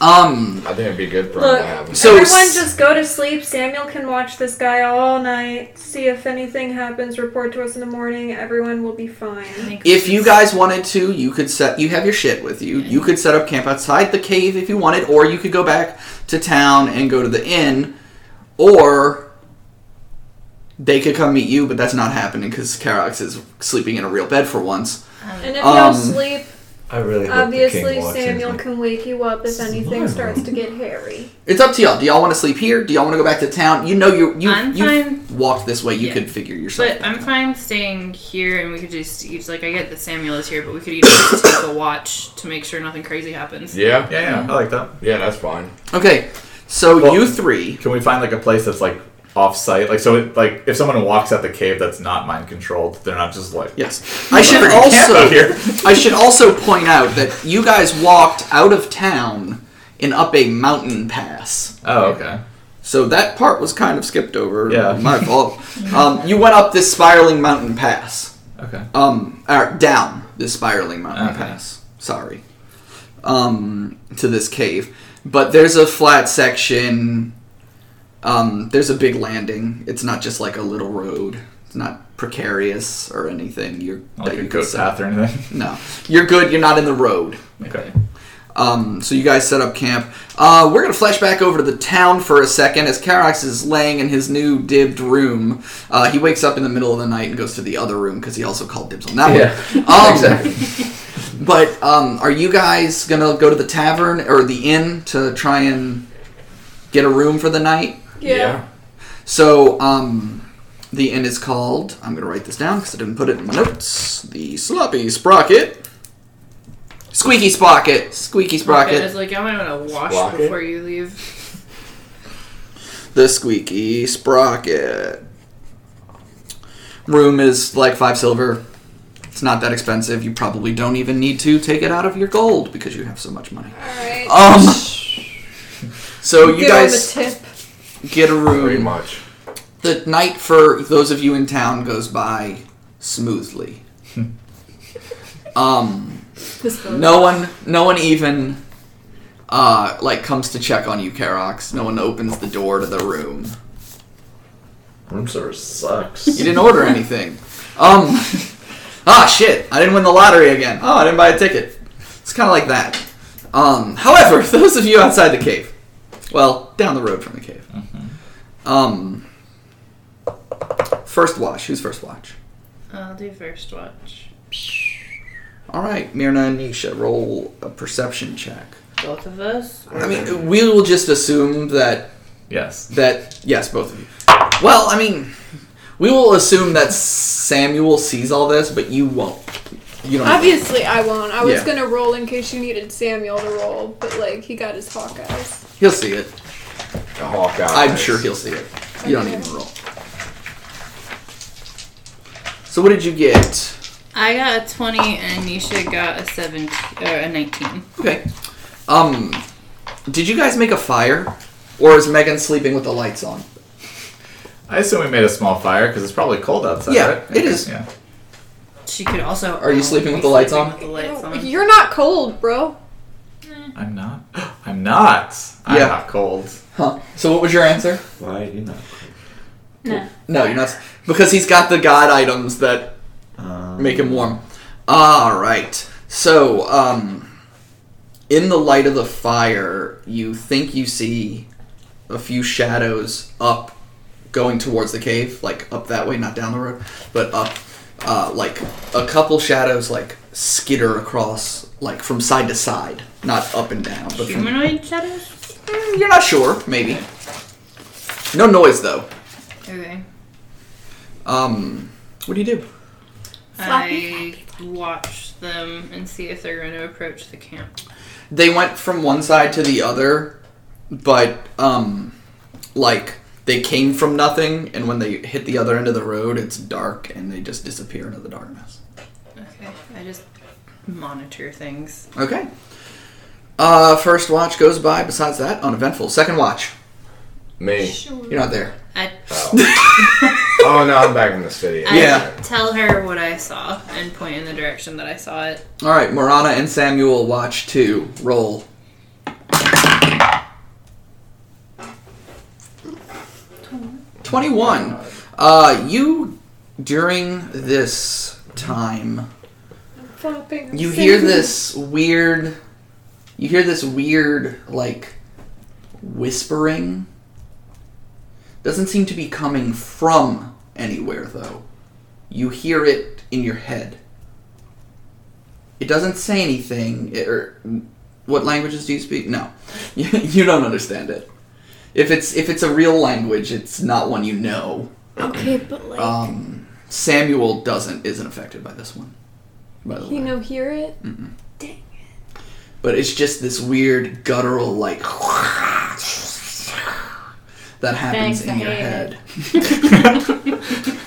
S1: Um.
S7: I think it'd be good for him
S5: Look.
S7: to have.
S1: So
S5: Everyone
S1: s-
S5: just go to sleep. Samuel can watch this guy all night. See if anything happens. Report to us in the morning. Everyone will be fine.
S1: [laughs] If you guys wanted to, you could set. You have your shit with you. You could set up camp outside the cave if you wanted, or you could go back to town and go to the inn, or they could come meet you. But that's not happening because Karox is sleeping in a real bed for once.
S5: And if
S1: Um,
S5: y'all sleep,
S2: I really hope the
S5: obviously
S2: king watches
S5: Samuel
S2: me.
S5: can wake you up if anything starts to get hairy.
S1: It's up to y'all. Do y'all want to sleep here? Do y'all want to go back to town? You know you you
S4: I'm
S1: you
S4: fine.
S1: walked this way. You
S4: Yeah.
S1: could figure yourself.
S4: But
S1: back
S4: I'm
S1: out.
S4: fine staying here, and we could just each like I get that Samuel is here, but we could each just take a watch to make sure nothing crazy happens.
S7: Yeah?
S3: Yeah, yeah, I like that.
S7: Yeah, that's fine.
S1: Okay, so
S3: Well-
S1: you three.
S3: Can we find like a place that's like off site? Like, so it, like if someone walks out the cave that's not mind controlled, they're not just like,
S1: Yes, I should
S3: "Freaking camp
S1: also.
S3: out here.
S1: I should also point out that you guys walked out of town and up a mountain pass.
S3: [laughs] Oh, okay.
S1: So that part was kind of skipped over.
S3: Yeah.
S1: My fault. Um, you went up this spiraling mountain pass.
S3: Okay.
S1: Um, or down this spiraling mountain
S3: Okay.
S1: pass. Sorry. Um, to this cave. But there's a flat section. Um, there's a big landing. It's not just like a little road. It's not precarious or anything. You're
S3: Not Like
S1: that
S3: a
S1: you
S3: goat
S1: could-
S3: path or anything. [laughs]
S1: No, you're good. You're not in the road.
S3: Okay.
S1: Um, so you guys set up camp. Uh, we're gonna flash back over to the town for a second as Karax is laying in his new dibbed room. Uh, he wakes up in the middle of the night and goes to the other room because he also called dibs on that one. [laughs] Um, But um, are you guys gonna go to the tavern or the inn to try and get a room for the night? So um, The end is called. I'm gonna write this down because I didn't put it in my notes. The sloppy sprocket, squeaky sprocket, squeaky
S4: Okay, I was
S1: sprocket,
S4: like, I'm gonna wash
S7: Sprocket?
S4: before you leave.
S1: the squeaky sprocket. Room is like five silver. It's not that expensive. You probably don't even need to take it out of your gold because you have so much money.
S5: Alright.
S1: Um. So you
S5: Give
S1: guys
S5: him a tip.
S1: get a
S7: Pretty
S1: room.
S7: much.
S1: The night for those of you in town goes by
S7: [laughs]
S1: smoothly. um.
S5: This goes.
S1: No one, no one even, uh, like comes to check on you, Karox. No one opens the door to the room.
S6: Room service sucks.
S1: You didn't order anything. Um, [laughs] ah, shit! I didn't win the lottery again. Oh, I didn't buy a ticket. It's kind of like that. Um, however, [laughs] those of you outside the cave, well, down the road from the cave. Um, first watch. Who's first watch?
S4: I'll do first watch.
S1: All right, Mirna and Nisha, roll a perception check.
S4: Both of us.
S1: I mean, we will just assume that
S3: Yes.
S1: That yes, both of you. Well, I mean, we will assume that Samuel sees all this, but you won't. You don't.
S5: Obviously, I won't. I was
S1: Yeah.
S5: gonna roll in case you needed Samuel to roll, but like he got his hawk eyes.
S1: He'll see it.
S7: The Hawkeye.
S1: I'm sure he'll see it. You don't
S5: Okay.
S1: even roll. So what did you get?
S4: I got a 20 and Nisha got a 17 or a 19.
S1: Okay. Um, did you guys make a fire, or is Megan sleeping with the lights on?
S3: I assume we made a small fire because it's probably cold outside.
S1: Yeah,
S3: right?
S1: it is.
S3: Yeah.
S4: She could also.
S1: Are you
S4: um,
S1: sleeping with
S4: be
S1: the lights
S4: sleeping
S1: on?
S4: with the lights on.
S5: You're not cold, bro.
S3: I'm not. [gasps] I'm not. I'm
S1: Yeah.
S3: not cold.
S1: Huh. So what was your answer?
S6: Why are you not?
S9: No.
S1: No, you're not. Because he's got the god items that
S6: Um,
S1: Make him warm. All right. So, um, in the light of the fire, you think you see a few shadows up, going towards the cave, like up that way, not down the road, but up. Uh, like a couple shadows, like skitter across, like from side to side, not up and down. But from,
S4: Humanoid shadows?
S1: Mm, you're not sure, maybe. No noise though.
S4: Okay.
S1: Um, what do you do?
S4: I watch them and see if they're going to approach the camp.
S1: they went from one side to the other, but um, like they came from nothing, and when they hit the other end of the road, it's dark, and they just disappear into the darkness.
S4: Okay. I just monitor things.
S1: Okay. Uh, first watch goes by. Besides that, uneventful. Second watch,
S7: Me.
S1: you're not there.
S4: I
S7: Oh no, I'm back in the city.
S4: I
S1: Yeah.
S4: tell her what I saw and point in the direction that I saw it.
S1: All right, Morana and Samuel watch two. Roll. Twenty-one. Uh, you during this time
S5: Flopping.
S1: you hear this weird you hear this weird like whispering doesn't seem to be coming from anywhere though you hear it in your head it doesn't say anything it- or what languages do you speak no [laughs] you don't understand it if it's if it's a real language it's not one you know
S5: Okay, but like
S1: um samuel doesn't isn't affected by this one by the way
S5: you know, hear it.
S1: but it's just this weird guttural like that happens
S9: Thanks,
S1: in
S9: I
S1: your
S9: hate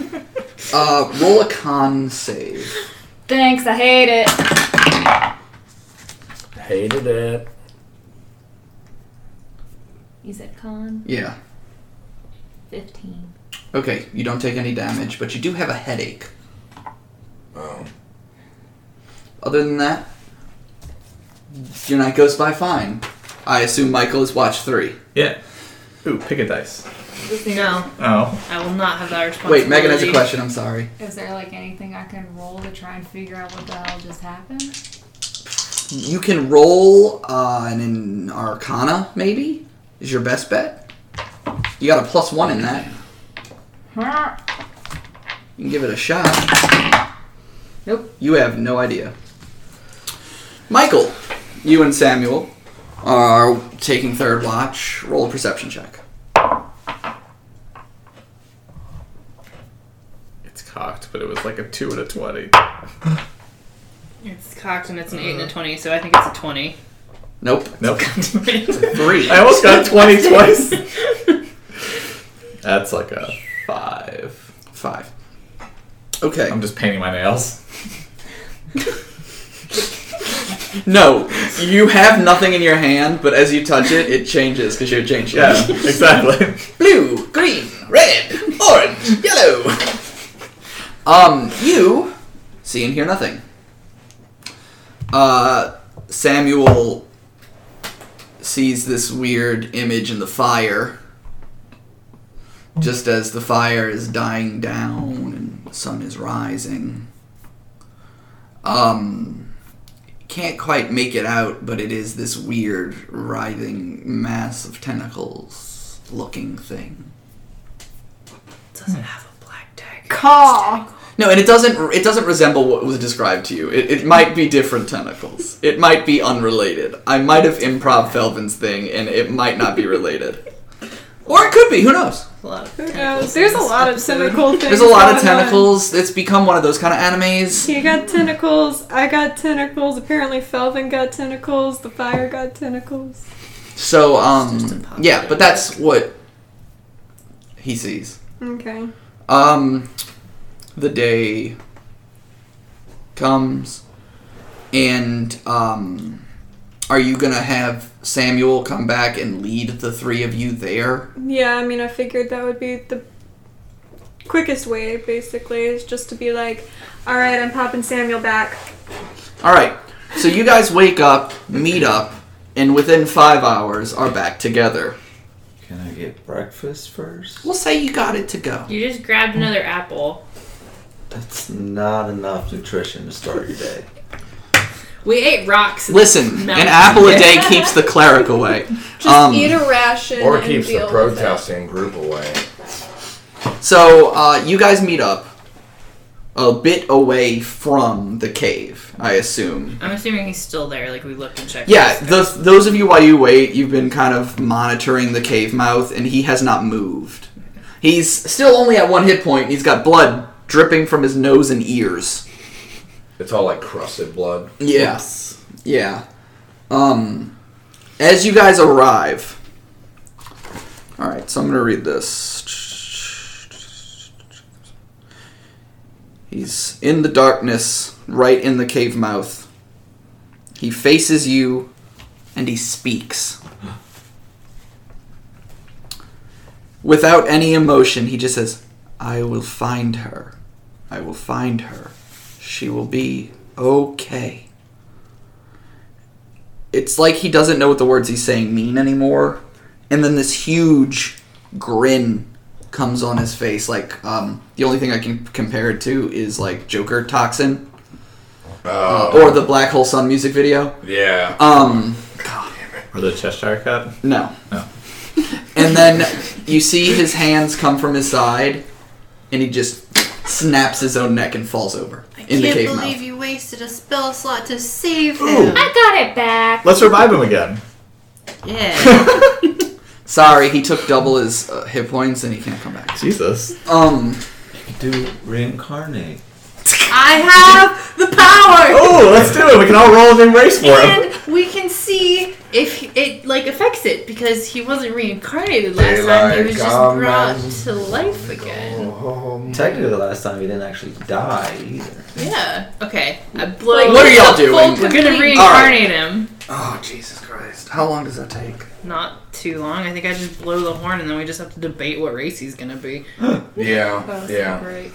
S1: head. [laughs] uh, roll a con save.
S9: Thanks, I hate it.
S2: Hated it.
S9: You said con
S1: Yeah.
S9: 15.
S1: Okay, you don't take any damage, but you do have a headache.
S7: Oh.
S1: Other than that, your night goes by fine. I assume Michael has watched three.
S3: Yeah. Ooh, pick a dice.
S4: No,
S3: Oh.
S4: I will not have that responsibility.
S1: Wait, Megan has a question. I'm sorry.
S9: Is there like anything I can roll to try and figure out what the hell just happened?
S1: You can roll uh, an, an Arcana, maybe is your best bet. You got a plus one in that. You can give it a shot.
S9: Nope.
S1: You have no idea. Michael, you and Samuel are taking third watch. Roll a perception check.
S3: cocked, but it was like a two and a twenty.
S4: It's cocked and it's an 8 and a 20, so I think it's
S1: [laughs]
S4: a 20.
S1: Nope.
S3: Nope. [laughs]
S1: Three.
S3: I almost got
S1: [laughs]
S3: a twenty twice. That's like a five.
S1: Five. Okay.
S3: I'm just painting my nails.
S1: No, you have nothing in your hand, but as you touch it, it changes because you're changing.
S3: Yeah, [laughs] exactly.
S1: Blue, green, red, orange, yellow. Um, you see and hear nothing. Uh, Samuel sees this weird image in the fire. Just as the fire is dying down and the sun is rising. Um, can't quite make it out, but it is this weird, writhing mass of tentacles looking thing.
S4: Doesn't have a black tag.
S5: Caw.
S1: No, and it doesn't. It doesn't resemble what was described to you. It, it might be different tentacles. It might be unrelated. I might have improv Felvin's thing, and it might not
S4: [laughs]
S1: be related. Or it could be. Who knows?
S4: A lot of
S5: Who
S4: tentacles
S5: knows? There's
S4: in
S5: a
S4: this
S5: lot of
S4: episode.
S5: tentacle things.
S1: There's a lot of
S5: going on.
S1: tentacles. It's become one of those kind of animes.
S5: He got tentacles. I got tentacles. Apparently, Felvin got tentacles. The fire got tentacles.
S1: So,
S4: It's just
S1: um,
S4: impossible.
S1: yeah. But that's what he sees.
S5: Okay.
S1: Um, the day comes, and um, are you gonna have Samuel come back and lead the three of you there?
S5: Yeah, I mean, I figured that would be the quickest way, basically, is just to be like, all right, I'm popping Samuel back.
S1: All right. So you guys wake up, meet up, and within five hours are back together.
S2: Can I get breakfast first?
S1: We'll say you got it to go.
S4: [laughs] You just grabbed another apple.
S6: That's not enough nutrition to start your day.
S4: We ate rocks. in
S1: Listen,
S4: this
S1: an
S4: mountain.
S1: apple a
S5: [laughs]
S1: day keeps the cleric away.
S5: Just
S1: Um,
S5: eat a ration
S7: Or
S5: and
S7: keeps the
S5: deal with it.
S7: protesting group away.
S1: So uh, you guys meet up a bit away from the cave, I assume.
S4: I'm assuming he's still there. Like we looked and checked.
S1: Yeah, the, those of you while you wait, you've been kind of monitoring the cave mouth, and he has not moved. He's still only at one hit point. and He's got blood dripping from his nose and ears.
S7: It's all like crusted blood.
S1: Yes. Yeah. Um, as you guys arrive. All right, so I'm gonna read this. He's in the darkness, right in the cave mouth. He faces you, and he speaks. Without any emotion, he just says, "I will find her. I will find her. She will be okay. It's like he doesn't know what the words he's saying mean anymore. And then this huge grin comes on his face. Like, um, the only thing I can compare it to is like Joker Toxin uh,
S7: Oh,
S1: or the Black Hole Sun music video.
S7: yeah.
S1: Um,
S3: [laughs] Or the Cheshire cat.
S1: no.
S3: Oh.
S1: [laughs] and then you see his hands come from his side and he just snaps his own neck and falls over
S4: I
S1: in
S4: can't
S1: the cave
S4: believe
S1: mouth.
S4: you wasted a spell slot to save
S3: Ooh.
S4: him.
S9: I got it back.
S3: Let's revive him again.
S4: Yeah.
S1: Sorry, he took double his uh, hit points and he can't come back. [laughs]
S3: Jesus.
S1: Um,
S6: Do reincarnate.
S4: [laughs] I have the power.
S3: Oh, let's do it. We can all roll and race for him.
S4: And we can see if it like affects it because he wasn't reincarnated last time. He
S7: Daylight
S4: was
S7: come
S4: just brought
S7: and
S4: to life again.
S7: Um,
S6: Technically, the last time he didn't actually die either.
S4: Yeah. Okay. I blow
S1: What are y'all doing?
S4: We're gonna reincarnate him.
S1: Oh Jesus Christ! How long does that take?
S4: Not too long. I think I just blow the horn and then we just have to debate what race he's gonna be.
S1: Oh,
S7: Yeah, yeah.
S9: Great.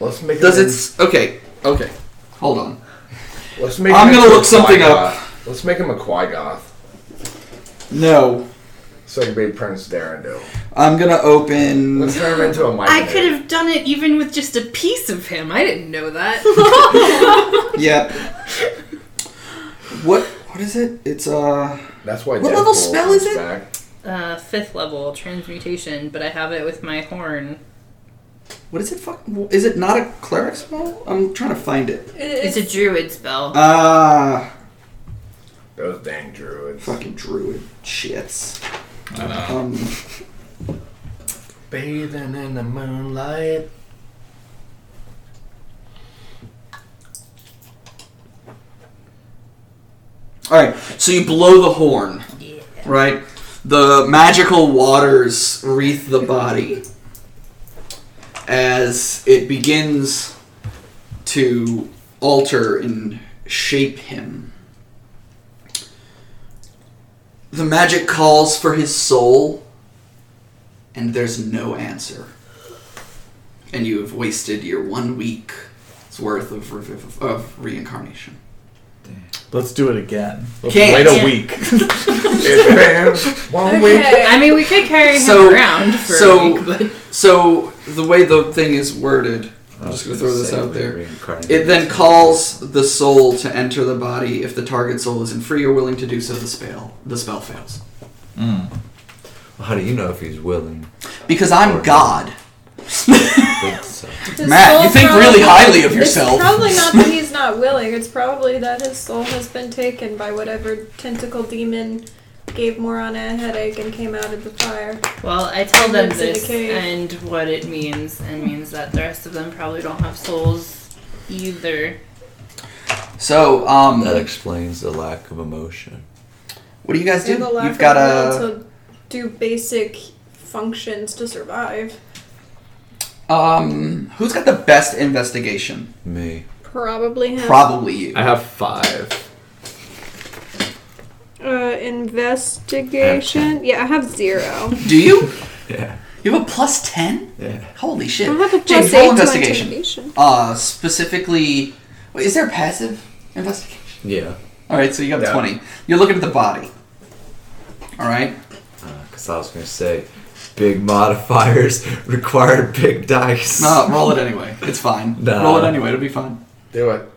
S7: Let's make
S1: Does
S7: an-
S1: it's okay? Okay, hold on.
S7: Let's make
S1: I'm
S7: him
S1: gonna
S7: into a
S1: look something up.
S7: Qui-Goth. Let's make him a Qui Goth.
S1: No,
S7: So he can be Prince Darando.
S1: I'm gonna open.
S7: Let's turn him into a Mike.
S4: I could have done it even with just a piece of him. I didn't know that.
S1: Yep. What? What is it? It's uh.
S7: That's why.
S1: What level
S7: Deadpool
S1: spell is
S7: comes
S1: it?
S7: back.
S4: uh, fifth level transmutation, but I have it with my horn.
S1: What is it? Fuck. Is it not a cleric spell? I'm trying to find it.
S4: It's a druid spell.
S1: Ah,
S7: Those dang druids.
S1: fucking druid shits.
S3: I know.
S1: Um.
S7: Bathing in the moonlight.
S1: All right, so you blow the horn, right? The magical waters wreath the body as it begins to alter and shape him. The magic calls for his soul, and there's no answer. And you have wasted your one week's worth of, reviv- of reincarnation.
S3: Let's do it again. Let's
S1: Can't.
S3: wait
S4: Yeah.
S3: a week.
S1: [laughs]
S7: It's been one week.
S5: Okay.
S4: I mean, we could carry him
S1: So-
S4: around for
S1: so-
S4: a week, but
S1: [laughs] So the way the thing is worded, I'm just gonna throw this out there. It then calls the soul to enter the body if the target soul isn't free or willing to do so. The spell the spell fails
S2: How do you know if he's willing?
S1: because I'm
S2: Or-
S1: God. [laughs]
S2: Think so.
S5: His
S1: Matt,
S5: soul
S1: you think
S5: probably-
S1: really highly of yourself.
S5: It's probably not that he's not willing. It's probably that his soul has been taken by whatever tentacle demon gave Morana a headache and came out of the fire.
S4: well, I tell them
S5: Lives in a
S4: this
S5: cave.
S4: and what it means, and means that the rest of them probably don't have souls either.
S1: So um,
S2: That explains the lack of emotion.
S1: what do you guys do?
S5: And the lack
S1: You've got
S5: of will
S1: a
S5: to do basic functions to survive.
S1: um. Who's got the best investigation?
S2: Me.
S5: Probably him.
S1: Probably you.
S2: [laughs]
S3: I have five.
S5: uh, investigation. Yeah, I have
S1: [laughs]
S5: zero.
S1: Do you?
S2: Yeah.
S1: You have a plus ten.
S2: Yeah.
S1: Holy
S5: I
S1: shit.
S5: have a
S1: James,
S5: plus
S1: roll
S5: eight to
S1: investigation.
S5: intimidation.
S1: Uh, specifically, wait, is there passive investigation?
S2: Yeah.
S1: All right, so you got
S3: Yeah.
S1: 20. You're looking at the body. All right.
S2: Because I was going to say, big modifiers [laughs] require big dice.
S1: No, Uh, roll it anyway. It's fine.
S2: Nah.
S1: Roll it anyway. It'll be fine.
S7: Do it.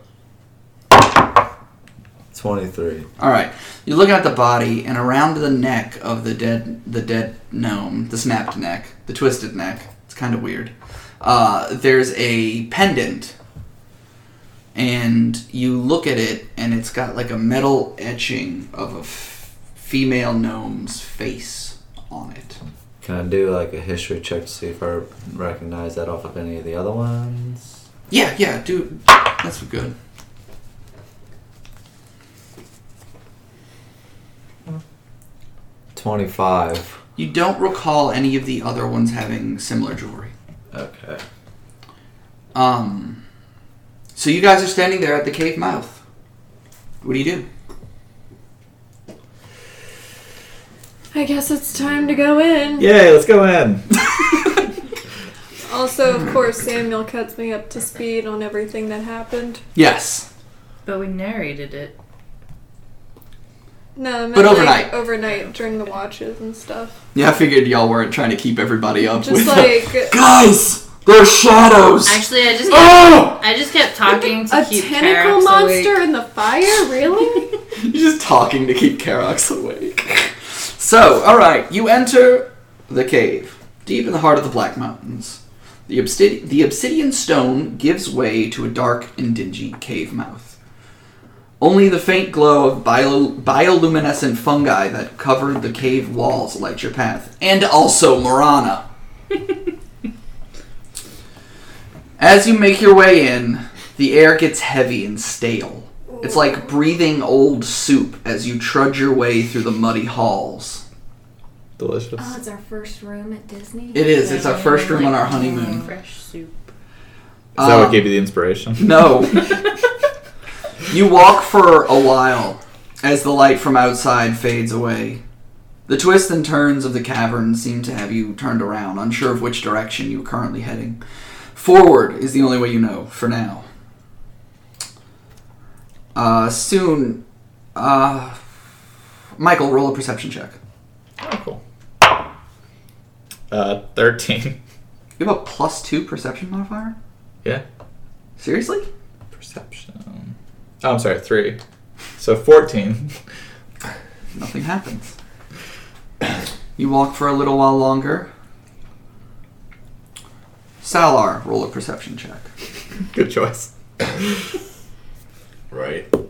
S2: 23.
S1: All right. You're looking at the body and around the neck of the dead, the dead gnome, the snapped neck, the twisted neck. It's kind of weird. Uh, there's a pendant, and you look at it, and it's got like a metal etching of a f- female gnome's face on it.
S2: Can I do like a history check to see if I recognize that off of any of the other ones?
S1: Yeah, yeah, dude. That's good.
S2: Twenty-five.
S1: You don't recall any of the other ones having similar jewelry.
S2: Okay.
S1: Um, so you guys are standing there at the cave mouth. What do you
S5: [laughs]
S1: do?
S5: I guess it's time to go in.
S3: Yay, let's go in.
S5: Also, of course, Samuel cuts me up to speed on everything that happened.
S1: Yes.
S4: But we narrated it.
S5: No, I meant,
S1: But
S5: like,
S1: overnight.
S5: overnight during the watches and
S1: [laughs]
S5: stuff.
S1: Yeah, I figured y'all weren't trying to keep everybody up
S5: Just
S1: [laughs]
S5: like
S1: Guys, there's shadows.
S4: Actually, I just
S1: oh!
S4: I just kept talking to
S5: a
S4: keep
S5: tentacle
S4: Karax
S5: monster
S4: awake.
S5: in the fire,
S1: [laughs]
S5: really?
S1: You're just talking to keep Karax awake. so, all right, you enter the cave, deep in the heart of the Black Mountains. The, obsid- the obsidian stone gives way to a dark and dingy cave mouth. Only the faint glow of bio- bioluminescent fungi that covered the cave walls light your path, and also Morana. As you make your way in, the air gets heavy and stale. It's like breathing old soup as you trudge your way through the muddy halls.
S5: Uh,
S3: Delicious.
S9: Oh, it's our first room at Disney.
S1: It is. It's our first room on our honeymoon.
S4: Fresh soup.
S3: Is that
S1: Um,
S3: what gave you the inspiration? [laughs]
S1: No. you walk for a while as the light from outside fades away. The twists and turns of the cavern seem to have you turned around, unsure of which direction you are currently heading. Forward is the only way you know for now. Uh, soon, uh, Michael, roll a perception check.
S3: Oh, cool. Uh, 13.
S1: You have a plus two perception modifier?
S3: [laughs] Yeah.
S1: Seriously?
S3: Perception. Oh, I'm sorry, 3. So 14.
S1: Nothing happens. You walk for a little while longer. Salar, roll a perception check.
S3: [laughs] Good choice.
S7: Right.
S1: Bad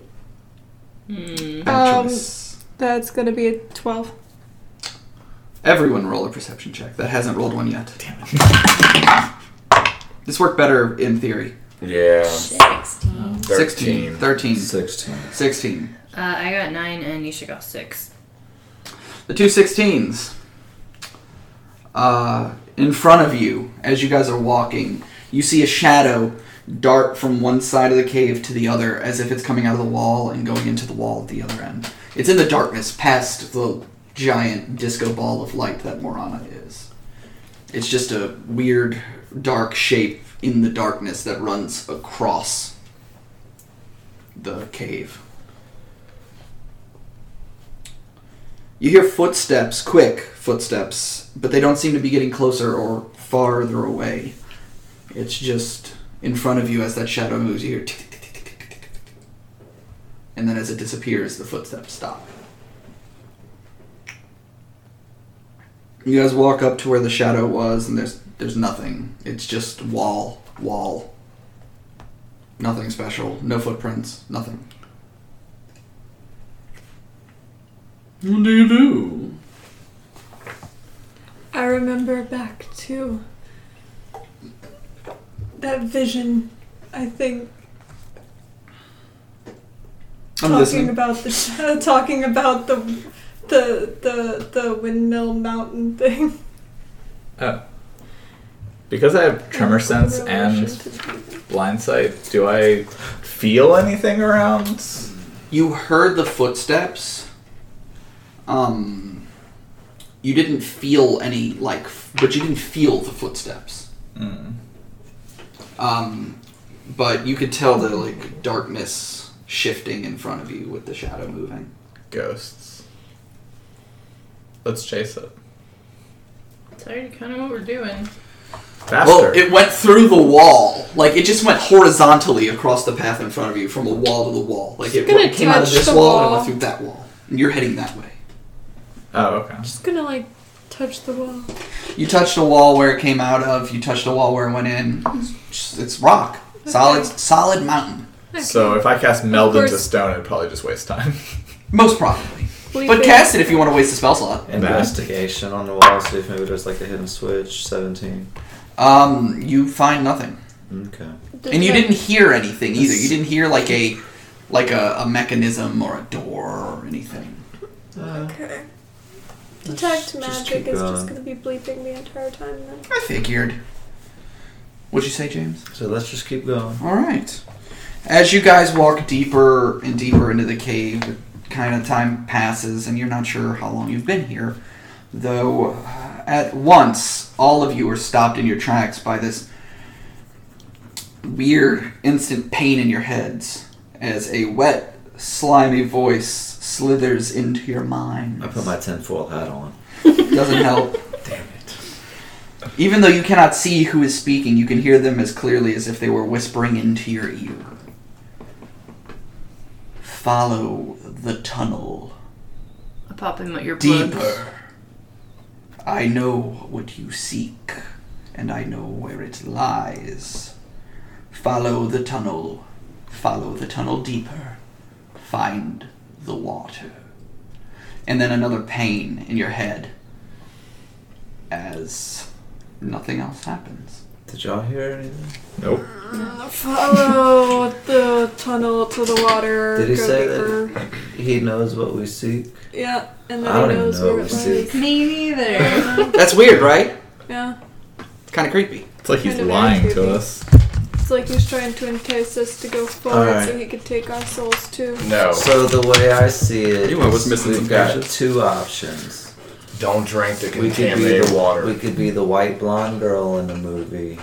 S5: Um,
S4: Hmm.
S1: choice.
S5: That's gonna be a twelve.
S1: Everyone roll a perception check. That hasn't rolled one yet. Damn it. this worked better in theory.
S7: Yeah.
S9: 16.
S1: 16. 13.
S2: 16.
S1: 16.
S4: Uh, I got nine and Nisha got six.
S1: The two 16s. Uh, in front of you, as you guys are walking, you see a shadow dart from one side of the cave to the other as if it's coming out of the wall and going into the wall at the other end. It's in the darkness past the giant disco ball of light that Morana is. It's just a weird, dark shape in the darkness that runs across the cave. You hear footsteps, quick footsteps, but they don't seem to be getting closer or farther away. It's just in front of you as that shadow moves. You hear, tick, tick, tick, tick, tick, tick, tick, tick. and then as it disappears, the footsteps stop. You guys walk up to where the shadow was, and there's there's nothing. It's just wall, wall. Nothing special. No footprints. Nothing. What do you do?
S5: I remember back to that vision. I think
S1: I'm
S5: talking
S1: listening.
S5: about the [laughs] talking about the the the the windmill mountain thing.
S3: Oh. Because I have
S5: [laughs]
S3: tremor sense and blindsight, do I feel anything around?
S1: You heard the footsteps. Um, you didn't feel any like, f- but you didn't feel the footsteps.
S3: Hmm,
S1: Um, but you could tell the like darkness shifting in front of you with the shadow moving.
S3: Ghosts. Let's chase it.
S4: That's already kind of what we're doing.
S3: Faster.
S1: Well, Oh, it went through the wall. Like it just went horizontally across the path in front of you, from a wall to the wall. Like it
S5: gonna
S1: went- came out of
S5: touch
S1: this
S5: the
S1: wall, and it went
S5: wall.
S1: through that wall. And you're heading that way.
S3: oh, okay.
S5: Just gonna like touch the wall.
S1: You touched a wall where it came out of. You touched a wall where it went in. It's, just- it's rock, solid,
S5: Okay.
S1: solid mountain.
S3: So if I cast meld into
S5: course.
S3: stone, it'd probably just waste time.
S1: Most probably.
S5: We
S1: But
S5: think-
S1: cast it if you want to waste a spell slot.
S6: Investigation on the wall, see if maybe there's like a hidden switch. 17.
S1: Um, you find nothing,
S6: Okay.
S5: does
S1: and you
S5: that-
S1: didn't hear anything either. You didn't hear like a, like a, a mechanism or a door or anything.
S6: Uh,
S5: Okay. Detect
S6: just
S5: magic
S6: keep
S5: is just
S6: going.
S5: gonna be bleeping the entire time then.
S1: I figured. What'd you say, James?
S6: so let's just keep going.
S1: All right. As you guys walk deeper and deeper into the cave, kind of time passes, and you're not sure how long you've been here. Though, uh, at once, all of you are stopped in your tracks by this weird, instant pain in your heads as a wet, slimy voice slithers into your mind.
S6: I put my tinfoil hat on.
S1: Doesn't help.
S6: [laughs] Damn it.
S1: Even though you cannot see who is speaking, you can hear them as clearly as if they were whispering into your ear. Follow the tunnel
S4: I pop in with your blood.
S1: deeper. I know what you seek, and I know where it lies. Follow the tunnel. Follow the tunnel deeper. Find the water. And then another pain in your head as nothing else happens.
S6: Did y'all hear anything?
S3: Nope.
S5: Follow Oh, the tunnel to the water.
S6: Did he
S5: go
S6: say
S5: deeper.
S6: that he knows what we seek?
S5: Yeah, and
S6: I
S5: then
S6: don't
S5: he
S6: even
S5: knows
S6: know
S5: where
S6: what
S5: it
S6: we see.
S5: lies.
S4: Me neither.
S1: That's weird, right?
S5: Yeah,
S1: It's kind of creepy.
S3: It's like he's
S5: Kind of
S3: lying to
S5: creepy.
S3: us. [laughs]
S5: it's like he's trying to entice us to go forward so
S6: Alright.
S5: he could take our souls too.
S3: No.
S6: So the way I see it,
S1: You know, I was
S6: is
S1: missing
S6: we've
S1: some
S6: got
S1: pages.
S6: two options.
S7: Don't drink the
S6: We could be
S7: contaminated
S6: the
S7: water.
S6: We could be the white blonde girl in the movie,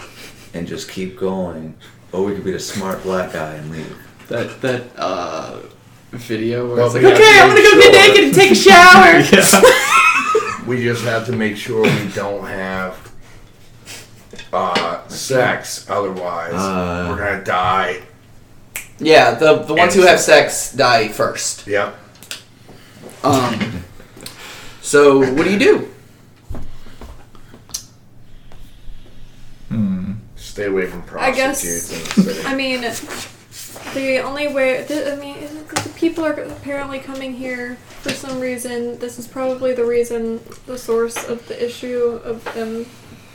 S6: and just keep going, or we could be the smart black guy and leave.
S1: That that uh, video where
S7: Well,
S1: it's
S7: we
S1: like,
S7: have
S1: okay,
S7: to
S1: I'm gonna go
S7: make
S1: get
S7: sure-
S1: naked and take a [laughs] shower.
S7: We just have to make sure we don't have uh, sex, otherwise
S6: Uh.
S7: we're gonna die.
S1: yeah, the the ones who have sex die first.
S7: Yep.
S1: [laughs] Um, so what do you do?
S7: Stay away from
S5: I guess-
S7: prostitutes. in the city.
S5: I mean, the only way. th- I mean, is it- the people are apparently coming here for some reason. This is probably the reason, the source of the issue of them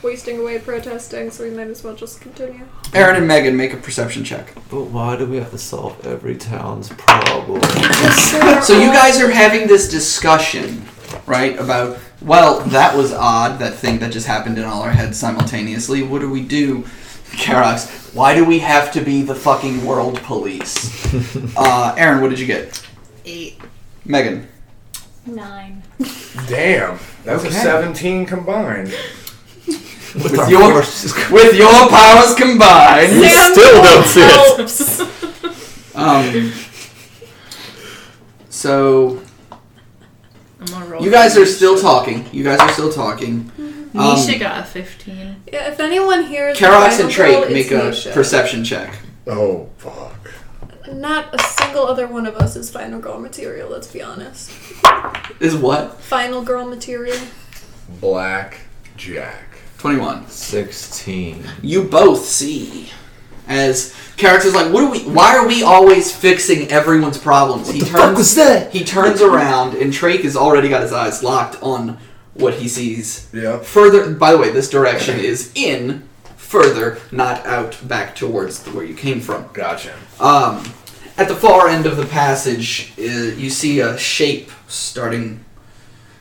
S5: wasting away protesting. So we might as well just continue.
S1: Aaron and Megan make a perception check.
S2: But why do we have to solve every town's
S6: [laughs]
S2: problem?
S1: So you guys are having this discussion, right? About well, that was odd. That thing that just happened in all our heads simultaneously. What do we do, Karox? Why do we have to be the fucking world police? Uh, Aaron, what did you get?
S4: Eight.
S1: Megan.
S9: Nine.
S7: Damn, that's
S1: Okay.
S7: a 17 combined.
S1: With, your with your powers combined.
S4: Still
S8: don't see it.
S1: [laughs]
S4: Oh,
S1: Um, so
S4: I'm gonna roll.
S1: you guys are still talking. You guys are still talking. Um,
S4: Nisha got a 15.
S5: Yeah, if anyone here is
S1: Karox and
S5: Trey
S1: Trait make a perception check.
S7: Oh, fuck.
S5: Not a single other one of us is final girl material. Let's be honest.
S1: Is what?
S5: Final girl material.
S7: Black Jack.
S1: 21.
S2: 16.
S1: You both see as characters like, what are we? Why are we always fixing everyone's problems? he turns.
S2: that?
S1: he turns around, and Trake has already got his eyes locked on what he sees.
S7: Yep.
S1: Further, by the way, this direction is in, further, not out, back towards where you came from.
S7: Gotcha.
S1: Um, at the far end of the passage, uh, you see a shape starting,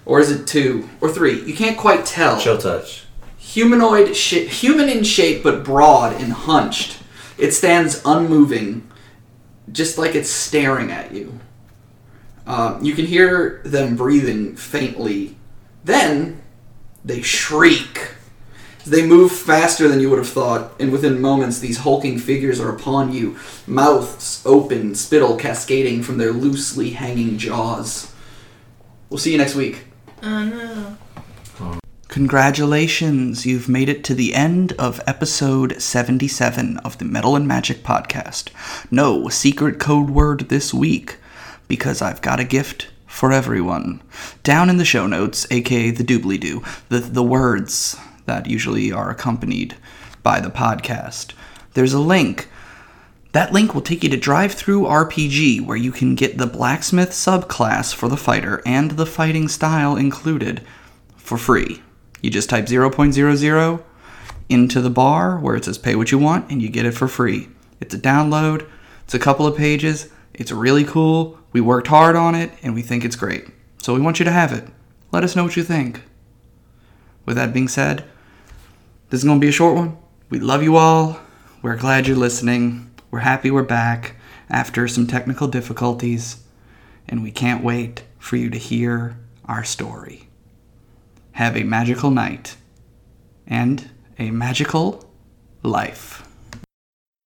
S1: or is it two or three? You can't quite tell.
S2: Chill touch.
S1: Humanoid, sh- human in shape, but broad and hunched. It stands unmoving, just like it's staring at you. Uh, you can hear them breathing faintly. Then they shriek. They move faster than you would have thought, and within moments, these hulking figures are upon you, mouths open, spittle cascading from their loosely hanging jaws. We'll see you next week.
S4: Oh no.
S1: Congratulations, you've made it to the end of episode 77 of the Metal and Magic podcast. No secret code word this week, because I've got a gift for everyone. Down in the show notes, aka the doobly doo, the, the words that usually are accompanied by the podcast, there's a link that link will take you to Drive Through RPG, where you can get the Blacksmith subclass for the fighter and the fighting style included for free. You just type 0.00 into the bar where it says pay what you want, and you get it for free. It's a download, it's a couple of pages, it's really cool. We worked hard on it, and we think it's great. So we want you to have it. Let us know what you think. With that being said, this is going to be a short one. We love you all. We're glad you're listening. We're happy we're back after some technical difficulties. And we can't wait for you to hear our story. Have a magical night and a magical life.